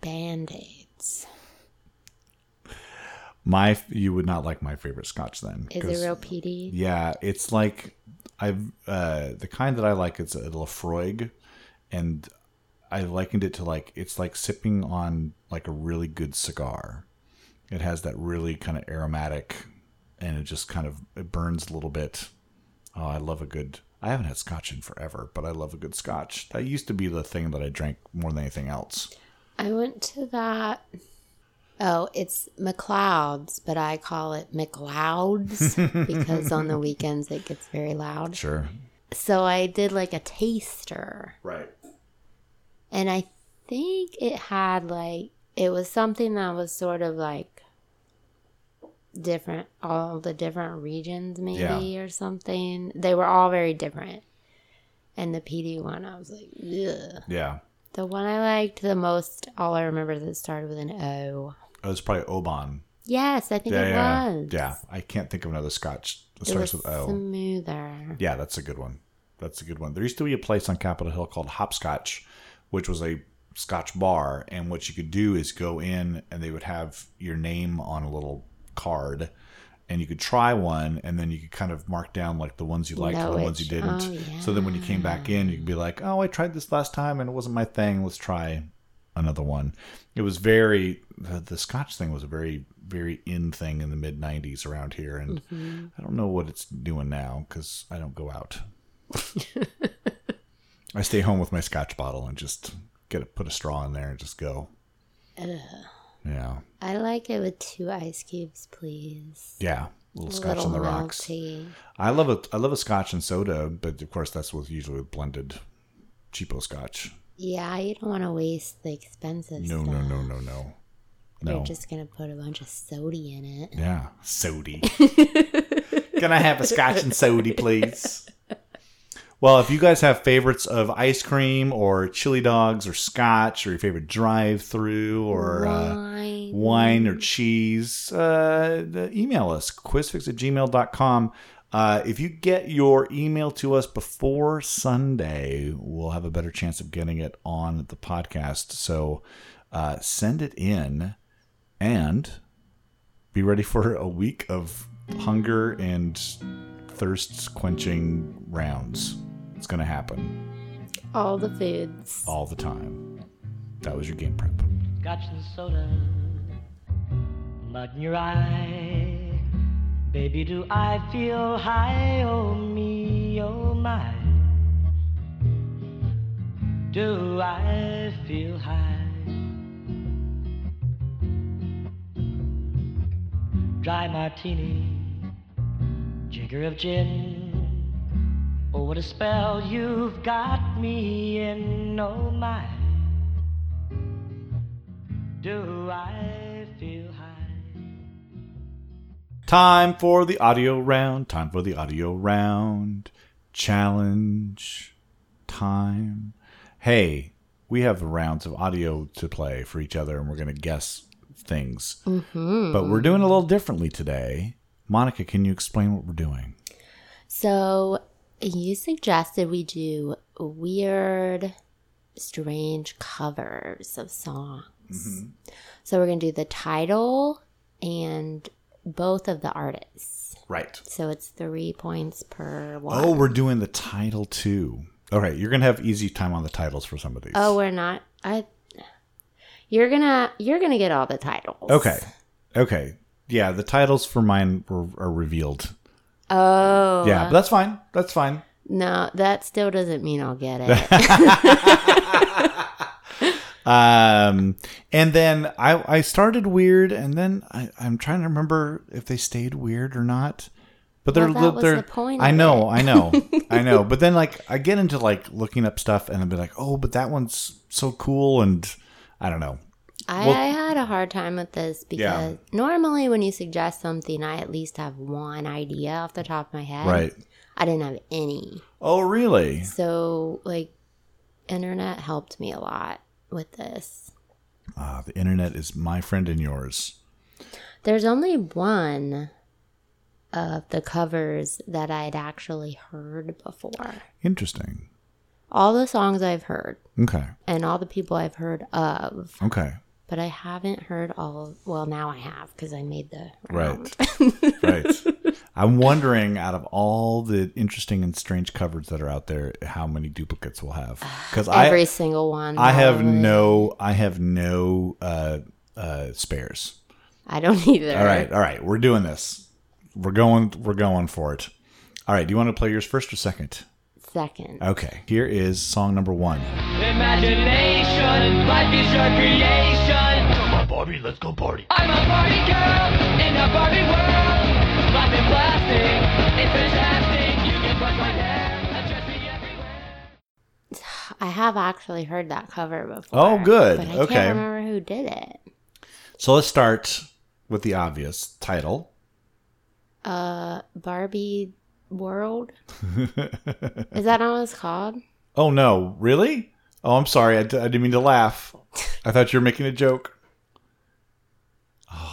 band aids.
My you would not like my favorite Scotch then.
Is
'cause-
it real peaty?
Yeah, it's like I've uh, the kind that I like is a Lafroig, and I likened it to like it's like sipping on like a really good cigar. It has that really kind of aromatic, and it just kind of it burns a little bit. Oh, I love a good. I haven't had scotch in forever, but I love a good scotch. That used to be the thing that I drank more than anything else.
I went to that. Oh, it's McLeod's, but I call it McLeod's because on the weekends it gets very loud.
Sure.
So I did like a taster.
Right.
And I think it had like it was something that was sort of like different all the different regions maybe or something. They were all very different. And the PD one, I was like, Ugh.
Yeah.
The one I liked the most, all I remember is it started with an O.
It was probably Oban.
Yes, I think it
yeah,
was.
yeah. I can't think of another scotch that
It was
starts with O.
smoother.
Yeah, that's a good one. That's a good one. There used to be a place on Capitol Hill called Hopscotch, which was a scotch bar. And what you could do is go in and they would have your name on a little card and you could try one and then you could kind of mark down like the ones you liked and
Know
the ones you
which-
didn't.
oh,
So then when you came back in, you could be like, oh, I tried this last time and it wasn't my thing. Let's try another one. It was very, the, the scotch thing was a very, very in thing in the mid 90s around here. And
Mm-hmm.
I don't know what it's doing now because I don't go out. I stay home with my scotch bottle and just get a, put a straw in there and just go. Yeah.
I like it with two ice cubes, please.
Yeah. A little scotch
Little
on the rocks.
melty.
I love a I love a scotch and soda, but of course that's with usually with blended cheapo scotch.
Yeah, you don't want to waste the expensive
No,
stuff.
no, no, no, no. No.
You're just gonna put a bunch of sody in it.
Yeah. Sody. Can I have a scotch and sody, please? Well, if you guys have favorites of ice cream or chili dogs or scotch or your favorite drive through or uh,
Wine.
wine or cheese, uh, the- email us quizfix at gmail.com. Uh, if you get your email to us before Sunday, we'll have a better chance of getting it on the podcast. So uh, send it in and be ready for a week of hunger and thirst quenching rounds. It's going to happen
All the foods.
all the time. That was your game prep.
scotch and soda, mud in your eye. Baby, do I feel high? Oh me, oh my. Do I feel high? Dry martini, jigger of gin, Oh, what a spell you've got me in, oh my. Do I feel high?
Time for the audio round. Time for the audio round. Challenge. Time. Hey, we have rounds of audio to play for each other, and we're going to guess things.
Mm-hmm.
But we're doing a little differently today. Monica, can you explain what we're doing?
So you suggested we do weird, strange covers of songs.
Mm-hmm.
So we're going to do the title and both of the artists.
Right.
So it's three points per one.
Oh, we're doing the title too. All right, you're going to have easy time on the titles for some of these.
Oh, we're not. I. You're gonna you're gonna get all the titles.
okay. Okay. Yeah, the titles for mine were, are revealed.
Oh.
yeah, but that's fine. That's fine.
No, that still doesn't mean I'll get it.
Um, and then I, I started weird, and then I, I'm trying to remember if they stayed weird or not. But they're
Well, that was
they're
the point
I
of
know, I know, I know. But then like I get into like looking up stuff, and I'll be like, oh, but that one's so cool, and I don't know.
I,
Well-
I had a hard time with this because normally when you suggest something, I at least have one idea off the top of my head.
Right.
I didn't have any.
Oh, really?
So, like, internet helped me a lot with this.
Ah, the internet is my friend and yours.
There's only one of the covers that I'd actually heard before.
Interesting.
All the songs I've heard
Okay.
and all the people I've heard of,
Okay.
but I haven't heard all. Well, now I have because I made the round.
Right. right. I'm wondering out of all the interesting and strange covers that are out there, how many duplicates we'll have. Because
Every
I,
single one.
I have
probably.
no, I have no uh, uh, spares.
I don't either.
All right, all right. We're doing this. We're going. We're going for it. All right. Do you want to play yours first or second?
Second.
Okay. Here is song number one.
Imagination, life is your creation. Come on, Barbie, let's go party. I'm a Barbie girl in a Barbie world. Life is plastic, it's fantastic. You can brush my hair, address me everywhere.
I have actually heard that cover before.
Oh, good.
But I
Okay.
can't remember who did it.
So let's start with the obvious title.
Uh, Barbie World. Is that what it's called?
Oh no! Really? Oh, I'm sorry. I, d- I didn't mean to laugh. I thought you were making a joke.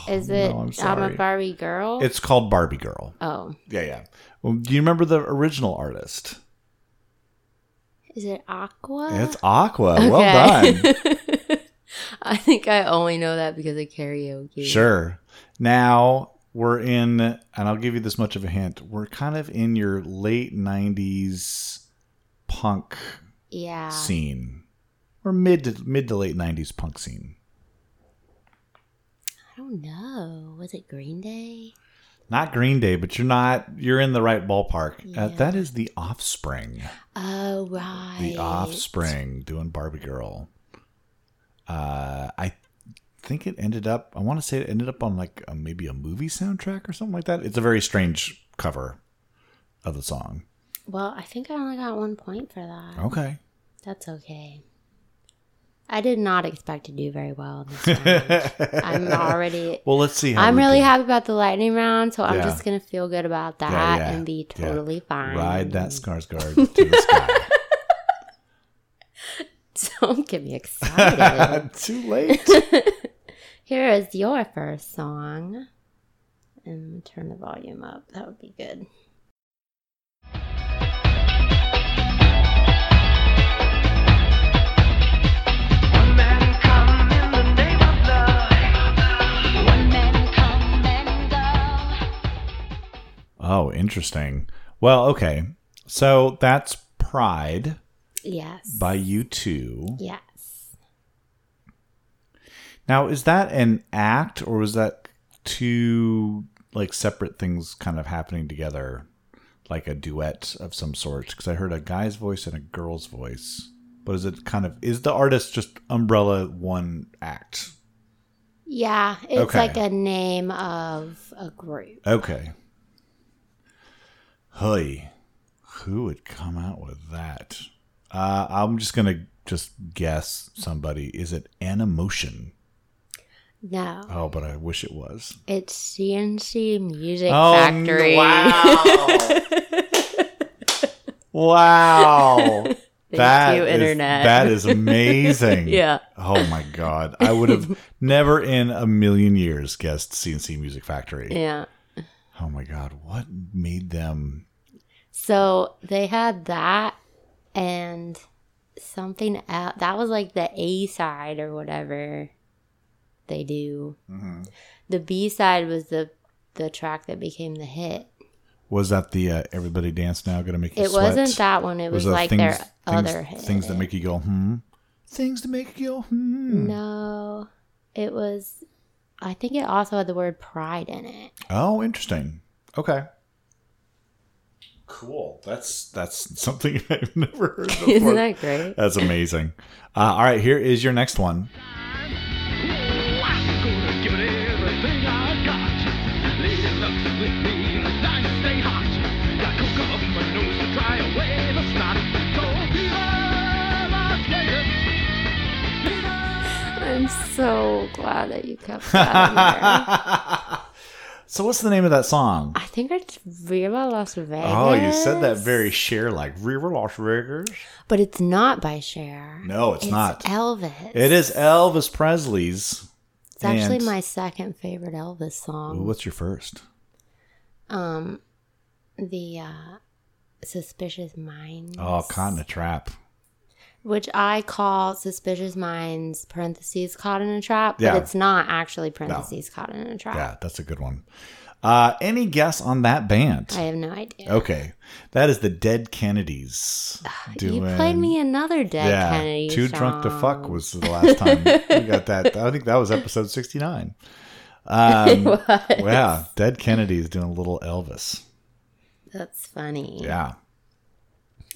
Is it?
Oh, I'm
I'm,
sorry.
a Barbie girl.
It's called Barbie Girl.
oh,
Yeah, yeah. Well, do you remember the original artist?
is it Aqua?
It's Aqua. Well done.
I think I only know that because of karaoke.
sure. Now we're in, and I'll give you this much of a hint. We're kind of in your late 90s punk
Yeah.
scene, or mid to, mid to late 90s punk scene.
I don't know. Was it Green Day?
Not Green Day, but you're not, you're in the right ballpark. Uh,
Yeah.
that is The Offspring.
Oh right.
The Offspring doing Barbie Girl. Uh, I think it ended up. I want to say it ended up on like a, maybe a movie soundtrack or something like that. It's a very strange cover of the song.
Well, I think I only got one point for that.
Okay.
That's okay. I did not expect to do very well in this round. I'm already.
Well, let's see. How
I'm
we
really
do.
happy about the lightning round, so I'm
Yeah.
just gonna feel good about that
yeah,
and be
yeah.
totally fine.
Ride that Skarsgård to the sky.
Don't get me excited.
Too late.
Here is your first song. And turn the volume up. That would be good.
One man come in the name of love.
One man come and go.
Oh, interesting. Well, okay. So that's Pride
Yes.
by U2.
Yes.
Now, is that an act or was that two like separate things kind of happening together, like a duet of some sort? Because I heard a guy's voice and a girl's voice. But is it kind of is the artist just umbrella one act?
Yeah. It's
Okay.
like a name of a group.
Okay. Hey, Who would come out with that? Uh, I'm just gonna just guess somebody. Is it Animotion?
No,
Oh, but I wish it was.
it's CNC Music
Oh, n-
Factory.
Wow. Thank
you, Internet.
That is amazing.
Yeah.
Oh my God. I would have never in a million years guessed CNC Music Factory.
yeah.
Oh my God. What made them?
So they had that and something else. That was like the A side or whatever they do.
Mm-hmm.
The B side was the the track that became the hit.
Was that the uh, Everybody Dance Now Gonna Make You
It
Sweat?
wasn't that one. It was,
that
like their other hit.
Things that make you go, hmm. Things that make you go, hmm.
No, it was. I think it also had the word pride in it.
Oh, interesting. Okay. Cool. That's that's something I've never heard before.
Isn't that great?
That's amazing. Uh, all right, here is your next one.
I'm so glad that you kept that in there.
so, what's the name of that song?
I think it's Viva Las Vegas.
Oh, you said that very share like River Lost Riggers.
But it's not by Cher.
No, it's, not.
Elvis.
it is Elvis Presley's.
It's actually
and-
my second favorite Elvis
Ooh,
song.
what's your first?
Um, the uh, Suspicious Minds.
Oh, Caught in a Trap.
Which I call Suspicious Minds parentheses caught in a trap,
Yeah.
but it's not actually parentheses caught in a trap.
Yeah, that's a good one. Uh, any guess on that band?
I have no idea.
okay, that is the Dead Kennedys.
Ah, You played me another Dead Kennedy
Too
song.
drunk to fuck was the last time we got that. I think that was episode 69. Um, Yeah, Dead Kennedy is doing a little Elvis.
That's funny.
Yeah.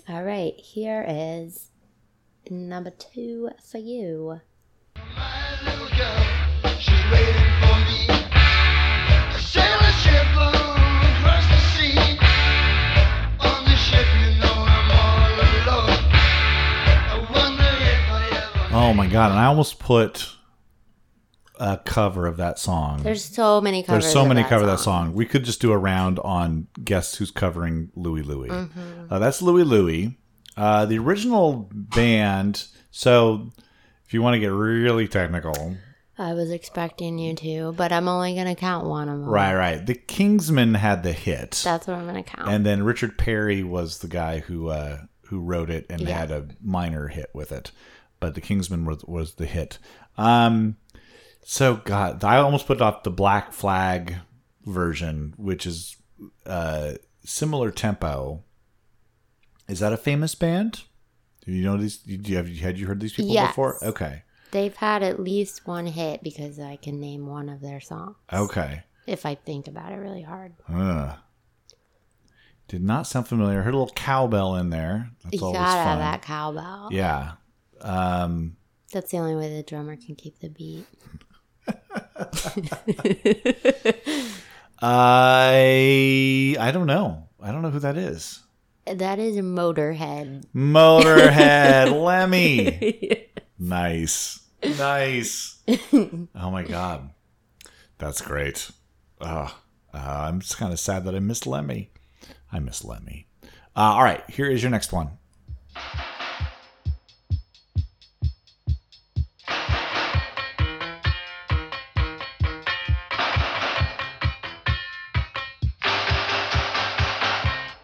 All right, here is number two for you.
Oh my God. And I almost put a cover of that song.
There's so many covers.
There's so
of
many
that
cover
song.
that song. We could just do a round on guess who's covering Louie Louie. Uh, that's Louie Louie. Uh, the original band. So if you want to get really technical,
I was expecting you to, but I'm only gonna count one of them.
right, right. The Kingsmen had the hit.
That's what I'm gonna count.
and then Richard Perry was the guy who uh, who wrote it and
Yeah.
had a minor hit with it, but the Kingsman was was the hit. Um, so God, I almost put off the Black Flag version, which is uh, similar tempo. Is that a famous band? Do you know these? Do you have had you heard these people
Yes.
before? Okay,
They've had at least one hit because I can name one of their songs
okay.
if I think about it really hard.
Ugh. Did not sound familiar. Heard a little cowbell in there. That's
you
always
gotta
fun.
have that cowbell.
Yeah. Um,
That's the only way the drummer can keep the beat.
I I don't know. I don't know who that is.
That is Motorhead.
Motorhead Lemmy. Nice. Nice. Oh my god. That's great. Ugh. Uh, I'm just kind of sad that I missed Lemmy. I miss Lemmy. Uh, all right, here is your next one.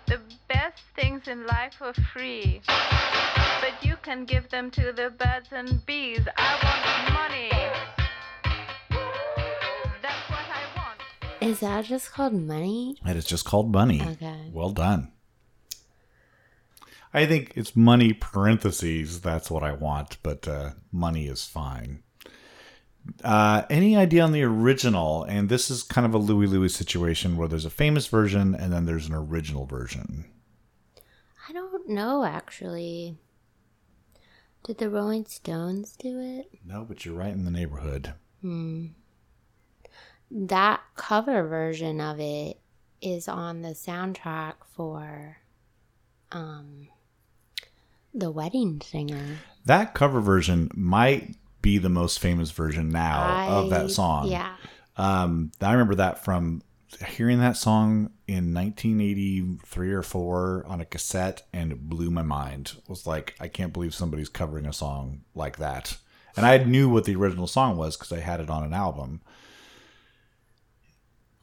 The best things in life are free, but you can give them to the birds and bees. I want money. That's what I want.
Is that just called Money?
It is just called Money.
Okay.
Well done. I think it's money parentheses. That's what I want, but uh, money is fine. Uh, any idea on the original? And this is kind of a Louis Louis situation where there's a famous version and then there's an original version.
I don't know actually. Did the Rolling Stones do it?
No, but you're right in the neighborhood.
That cover version of it is on the soundtrack for um, the wedding singer.
That cover version might be the most famous version now Oh, of
I-
that song.
Yeah.
Um, I remember that from hearing that song in 1983 or four on a cassette, and it blew my mind. It was like, I can't believe somebody's covering a song like that. And I knew what the original song was because I had it on an album.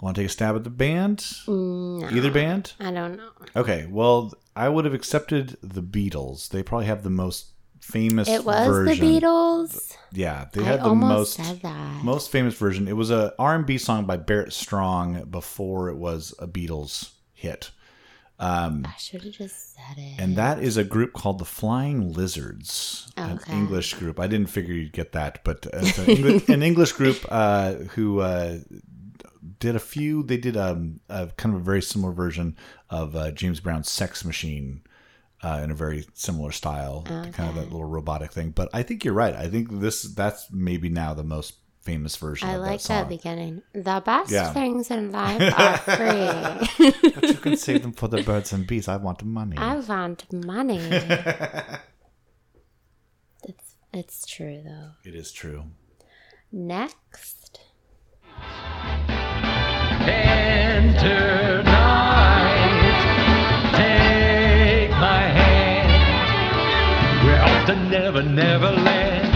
Want to take a stab at the band?
Mm,
Either band?
I don't know.
Okay, well, I would have accepted the Beatles. They probably have the most famous.
It was
version.
the Beatles.
Yeah, they
I
had the
almost
most
said that.
most famous version. It was a R and B song by Barrett Strong before it was a Beatles hit, Um,
I should have just said it.
and that is a group called the Flying Lizards, an
Okay.
English group. I didn't figure you'd get that, but uh, it's an, English, an English group uh, who uh, did a few. They did um, a kind of a very similar version of uh, James Brown's Sex Machine. Uh, in a very similar style, kind of that little robotic thing. But I think you're right. I think this that's maybe now the most famous version.
I
of
like
that
that
song.
beginning. The best
Yeah.
things in life are free.
You can save them for the birds and bees. I want the money.
I want money. it's, it's true though.
It is true.
Next.
Enter night, take my hand. We're off to Never, never land.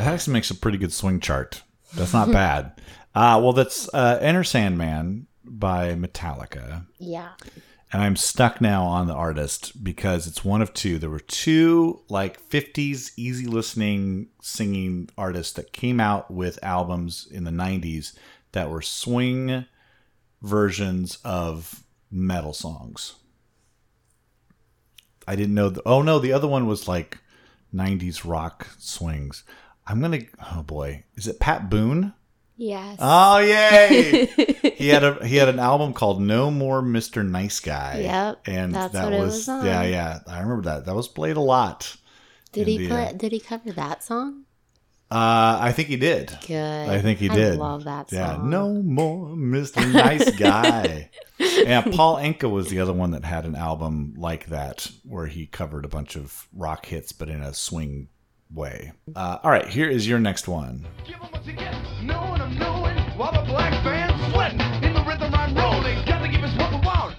That actually makes a pretty good swing chart. That's not bad. Uh, well, that's uh, Enter Sandman by Metallica.
Yeah.
And I'm stuck now on the artist because it's one of two. There were two like 50s easy listening singing artists that came out with albums in the 90s that were swing versions of metal songs. I didn't know. The, oh no, the other one was like 90s rock swings. I'm going to Oh boy. Is it Pat Boone?
Yes.
Oh yay! he had a he had an album called No More Mr. Nice Guy.
Yep,
and
that's
that
what it
was,
was on.
yeah yeah I remember that that was played a lot.
did he
India.
play, did he cover that song?
Uh, I think he did.
Good.
I think he did.
I love that song.
Yeah, No More Mr. Nice Guy. yeah, Paul Anka was the other one that had an album like that where he covered a bunch of rock hits but in a swing way. Uh, all right, here is your next one.
Give 'em what you get. Knowing I'm knowing while the black band's sweating. In the rhythm I'm rolling. Got to give us what we want.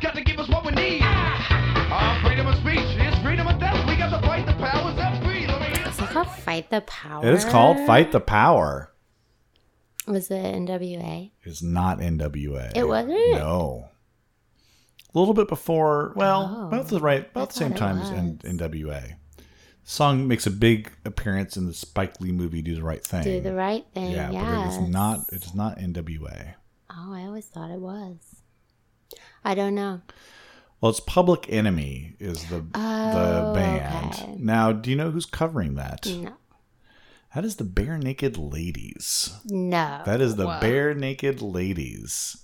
Got to give us what we need. Our freedom of speech is freedom of death. We got to fight the powers that be. Let me hear
Is that called Fight the Power?
It is called Fight the Power.
Was it NWA?
is not NWA.
It wasn't?
No. A little bit before, well,
Oh.
about the right,
I
about the same
thought it
time as N-
was.
NWA. Song makes a big appearance in the Spike Lee movie "Do the Right Thing."
Do the right thing.
yeah,
yes.
but it is not. It is not NWA.
Oh, I always thought it was. I don't know.
Well, it's Public Enemy is the
Oh,
the band.
okay. Mm.
Now, do you know who's covering that?
No.
That is the Bare Naked Ladies.
No.
That is the Bare Naked Ladies,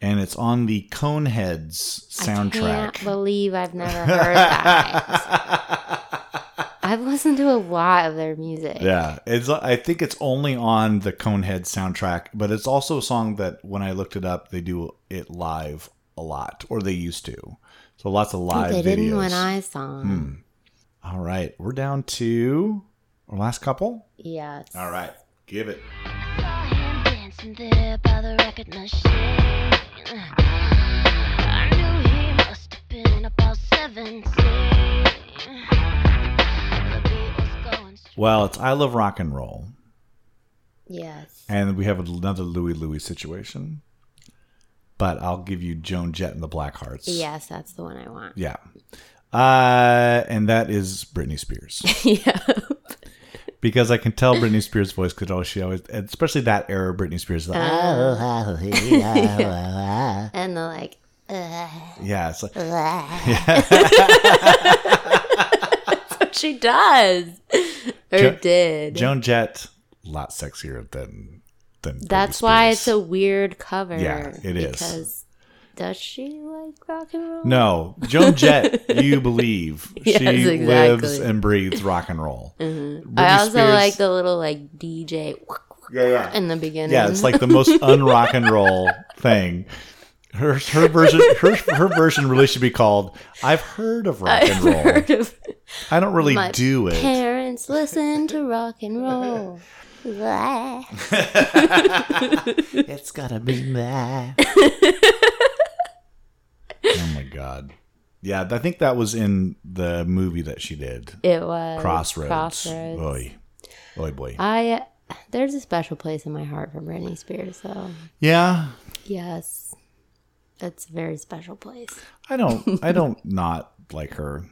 and it's on the Coneheads soundtrack.
I can't believe I've never heard that. I've listened to a lot of their music.
Yeah, it's. I think it's only on the Conehead soundtrack, but it's also a song that when I looked it up, they do it live a lot, or they used to. So lots of live
they
videos. Hmm.
didn't when I saw them.
All right, we're down to our last couple.
Yes.
All right, give it.
Saw him dancing there by the record machine. I knew he must have been about 17. The beat was going
Well, it's I love rock and roll,
Yes.
and we have another Louie Louie situation. But I'll give you Joan Jett and the Blackhearts.
Yes, that's the one I want.
Yeah. Uh, and that is Britney Spears.
yeah.
because I can tell Britney Spears' voice because always she always, and especially that era, of Britney Spears. Like,
Oh. And the like,
yeah, it's like,
she does. or
Jo-
did.
Joan Jett, a lot sexier than than. Britney
that's why it's a
Spears.
weird cover.
Yeah, it is.
Because does she like rock and roll?
no Joan Jett. you believe
Yes,
she
exactly. Mm.
lives and breathes rock and roll.
Mm-hmm. I also
Spears-
like the little like DJ
Yeah, yeah.
in the beginning.
Yeah, it's like the most unrock and roll thing. Her her version her her version really should be called I've heard of rock and roll.
heard of
I don't really
my
do it.
parents listen to rock and roll. Blah.
It's gotta be that. oh my god. Yeah, I think that was in the movie that she did.
It was
Oh, Crossroads.
Crossroads.
Oy. Oy boy.
I there's a special place in my heart for Britney Spears, though.
yeah.
Yes, it's a very special place.
I don't I don't not like her.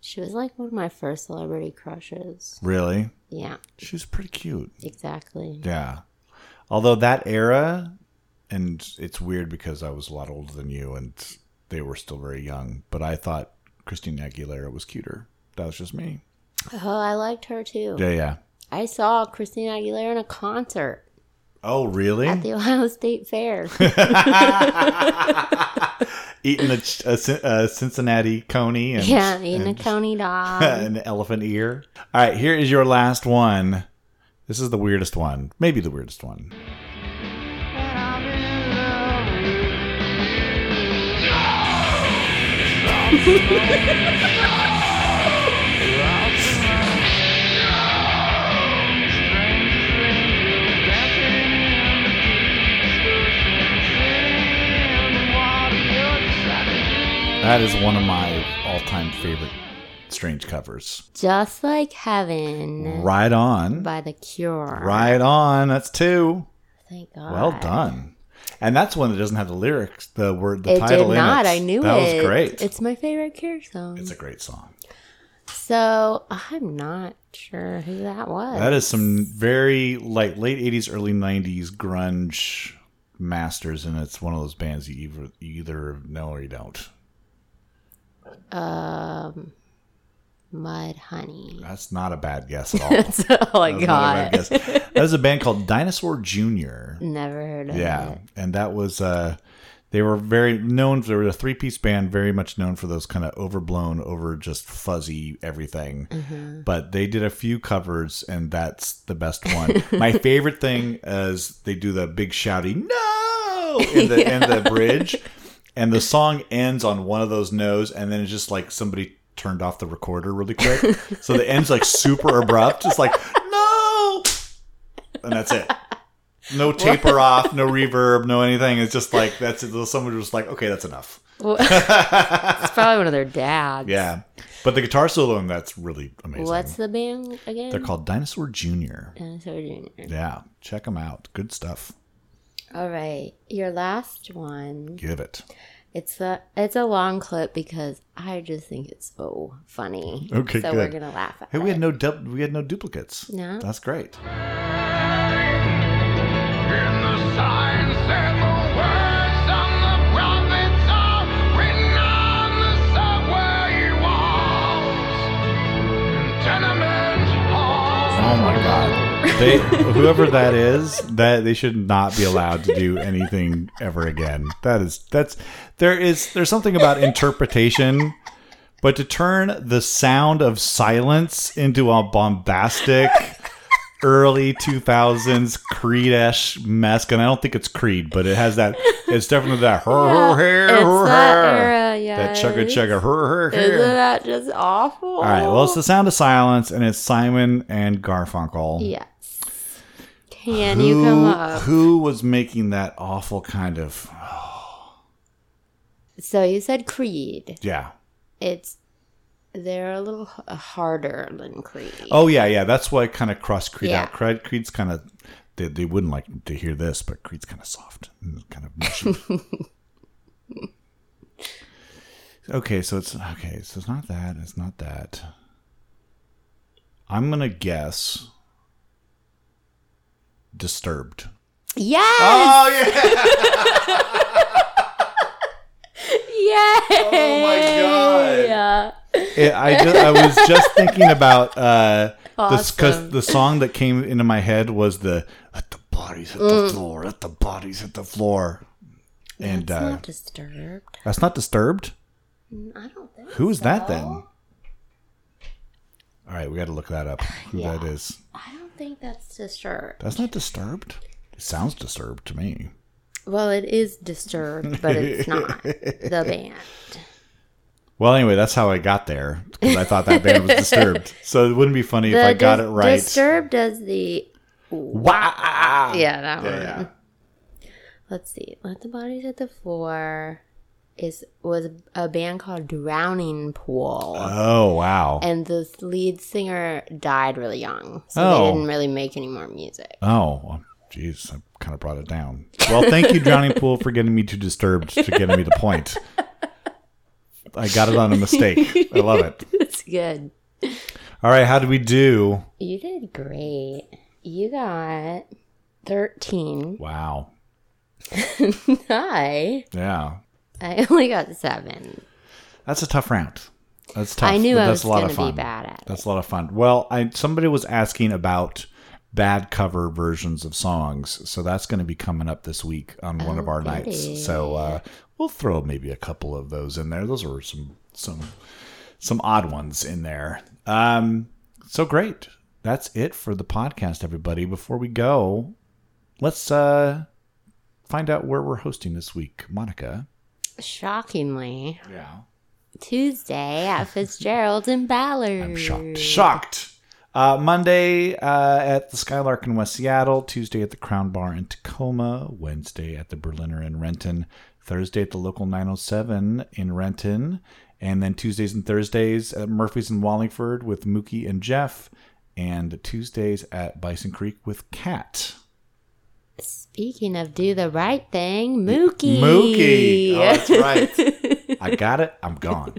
She was like one of my first celebrity crushes.
Really?
Yeah,
She's pretty cute.
exactly.
Yeah. Although that era, and it's weird because I was a lot older than you and they were still very young, but I thought Christina Aguilera was cuter. That was just me.
Oh, I liked her too.
Yeah, yeah.
I saw Christina Aguilera in a concert
Oh, really?
at the Ohio State Fair.
eating a, ch- a, Cin- a Cincinnati coney and,
yeah, in a
and
county dog.
an elephant ear. All right, here is your last one. This is the weirdest one, maybe the weirdest one. That is one of my all-time favorite strange covers.
Just like Heaven
Right on.
by The Cure.
Right on. That's two.
Thank God.
Well done. And that's one that doesn't have the lyrics, the word, the
it
title
did
in
not.
it.
I knew
that
it.
was great. It's,
It's my favorite Cure song.
a great song.
so I'm not sure who that was.
That is some very like late '80s, early '90s grunge masters, and it's one of those bands you either, you either know or you don't.
Mud Honey.
That's not a bad guess at all. That's
oh my
not a bad
God.
guess. That is a band called Dinosaur Junior.
Never heard of
Yeah,
it.
and that was uh, they were very known. They were a three piece band, very much known for those kind of overblown, over just fuzzy everything. But they did a few covers, and that's the best one. My favorite thing is they do the big shouty "No" in the in the bridge, and the song ends on one of those no's, and then it's just like somebody turned off the recorder really quick, so the end's like super abrupt. It's like no, and that's it no taper off, no reverb, no anything. It's just like that's it. someone was like, okay, that's enough.
It's probably one of their dads.
Yeah, but the guitar solo and that's really amazing.
What's the band again?
They're called Dinosaur Junior.
Dinosaur Jr.
Yeah, check them out. Good stuff.
All right, your last one.
Give it.
It's a it's a long clip because I just think it's so funny.
Okay,
so we're
good.
gonna laugh at
Hey,
it.
we had no dub- we had no duplicates.
No.
that's great.
In the signs and the words on the prophets are written on the subway walls and tenement halls.
Oh my god. They whoever that is, that they should not be allowed to do anything ever again. That is that's there is there's something about interpretation, but to turn the sound of silence into a bombastic early 2000s creed-ish mask and i don't think it's creed but it has that it's definitely that her her
it's
her
that
her.
era,
that chugga
yes.
chugga her her
Isn't
her
that just awful?
all right well it's the sound of silence and it's simon and garfunkel
yes. Can you come up?
who was making that awful kind of
So you said Creed.
yeah
It's they're a little h- harder than Creed.
oh yeah yeah that's why kind of cross creed
Yeah.
out creed creed's kind of they, they wouldn't like to hear this but creed's kind of soft and kind of mushy okay so it's okay so it's not that it's not that i'm gonna guess disturbed
Yes.
oh yeah
Yay!
oh my god
Yeah.
it, I, ju- I was just thinking about uh, this because
Awesome.
the song that came into my head was the "Let the bodies hit the
Mm.
floor, let the bodies hit the floor," and
It's
uh,
not disturbed.
that's not disturbed.
I don't think.
Who is that then? All right, we got to look that up. Who that is?
I don't think that's disturbed.
That's not disturbed. It sounds disturbed to me.
Well, it is disturbed, but it's not the band.
Well, anyway, that's how I got there because I thought that band was disturbed. So it wouldn't be funny if
The
I got
dis-
it right.
Disturbed as the
Wow.
yeah that
Yeah,
one.
yeah.
Let's see. Let the bodies hit the floor is was a band called Drowning Pool.
Oh wow.
and the lead singer died really young, so
Oh.
they didn't really make any more music.
Oh, well, jeez, I kind of brought it down. Well, thank you, Drowning Pool, for getting me too disturbed to getting me the point. I got it on a mistake. I love it.
It's good.
All right, how do we do?
You did great. You got thirteen.
Wow.
I
Yeah,
I only got seven.
that's a tough round. That's tough.
I knew
but
I
that's
was
a lot
going
of
to
fun.
be bad at it.
That's a lot of fun. Well, I somebody was asking about bad cover versions of songs, so that's going to be coming up this week on one of
Oh,
our nights. So uh, we'll throw maybe a couple of those in there. Those were some some some odd ones in there. Um, so great. That's it for the podcast, everybody. Before we go, let's uh, find out where we're hosting this week, Monica.
Shockingly,
Yeah.
Tuesday at Fitzgerald and Ballard.
I'm shocked. Shocked. Uh, Monday uh, at the Skylark in West Seattle. Tuesday at the Crown Bar in Tacoma. Wednesday at the Berliner in Renton. Thursday at the local 907 in Renton. And then Tuesdays and Thursdays at Murphy's in Wallingford with Mookie and Jeff. And Tuesdays at Bison Creek with Kat.
Speaking of do the right thing, Mookie.
Mookie. Oh, that's right. I got it. I'm gone.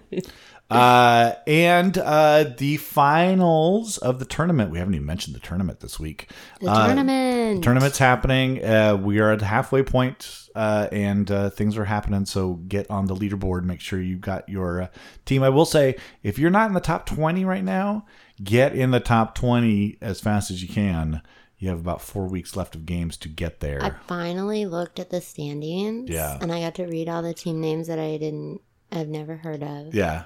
Uh, and uh, the finals of the tournament. We haven't even mentioned the tournament this week.
The
Uh,
tournament.
Tournament's happening. Uh, we are at the halfway point, uh, and uh, things are happening. So get on the leaderboard. Make sure you've got your uh, team. I will say, if you're not in the top 20 right now, get in the top 20 as fast as you can. You have about four weeks left of games to get there.
I finally looked at the standings.
Yeah.
And I got to read all the team names that I didn't, I've never heard of.
yeah,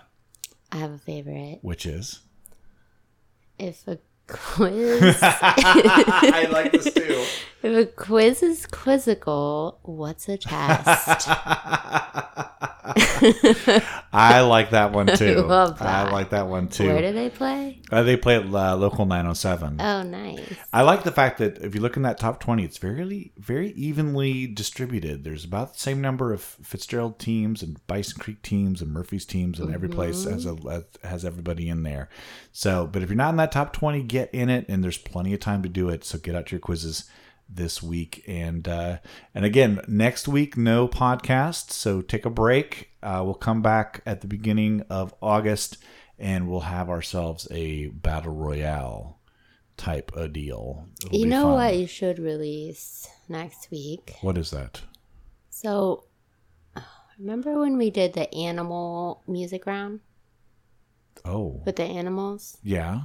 I have a favorite.
which is.
If a quiz,
I like this too.
if a quiz is quizzical, what's a test?
I like that one too. I,
love that.
like that one too.
Where do they play?
Uh, they play at uh, local 907.
Oh, nice.
I like the fact that if you look in that top 20, it's very very evenly distributed. There's about the same number of Fitzgerald teams and Bison Creek teams and Murphy's teams and every place has a has everybody in there. So, but if you're not in that top 20, get in it and there's plenty of time to do it. So get out to your quizzes this week and uh and again next week no podcast so take a break uh we'll come back at the beginning of august and we'll have ourselves a battle royale type a deal. It'll
you
be
know
fun.
what you should release next week?
What is that?
So, remember when we did the animal music round
Oh,
with the animals?
yeah.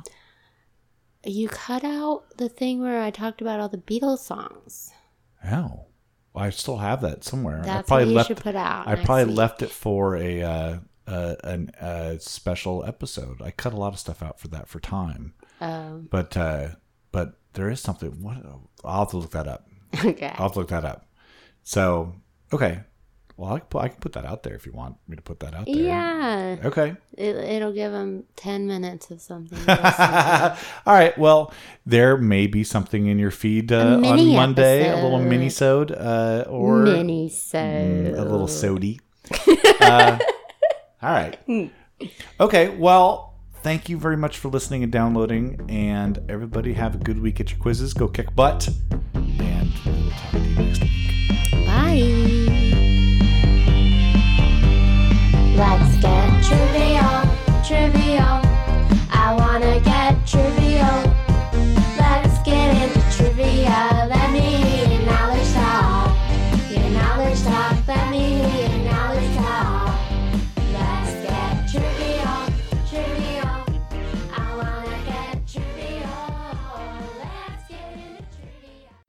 You cut out the thing where I talked about all the Beatles songs.
Oh, I still have that somewhere. I
That's
probably
what you
left.
should put out.
I
next
probably
week.
left it for a uh, uh, an uh, special episode. I cut a lot of stuff out for that for time,
Um,
but uh, but there is something. What? I'll have to look that up.
okay.
I'll have to look that up. So okay. Well, I can put, I can put that out there if you want me to put that out there.
Yeah,
Okay.
it, it'll give them ten minutes of something.
All right. Well, there may be something in your feed uh, on
mini
Monday, a little
episode.
mini sode uh, or
Mini so
Mm, a little sody. uh, all
Hmm.
right. Okay. Well, thank you very much for listening and downloading. And everybody, have a good week at your quizzes. Go kick butt. And we will talk to you next week.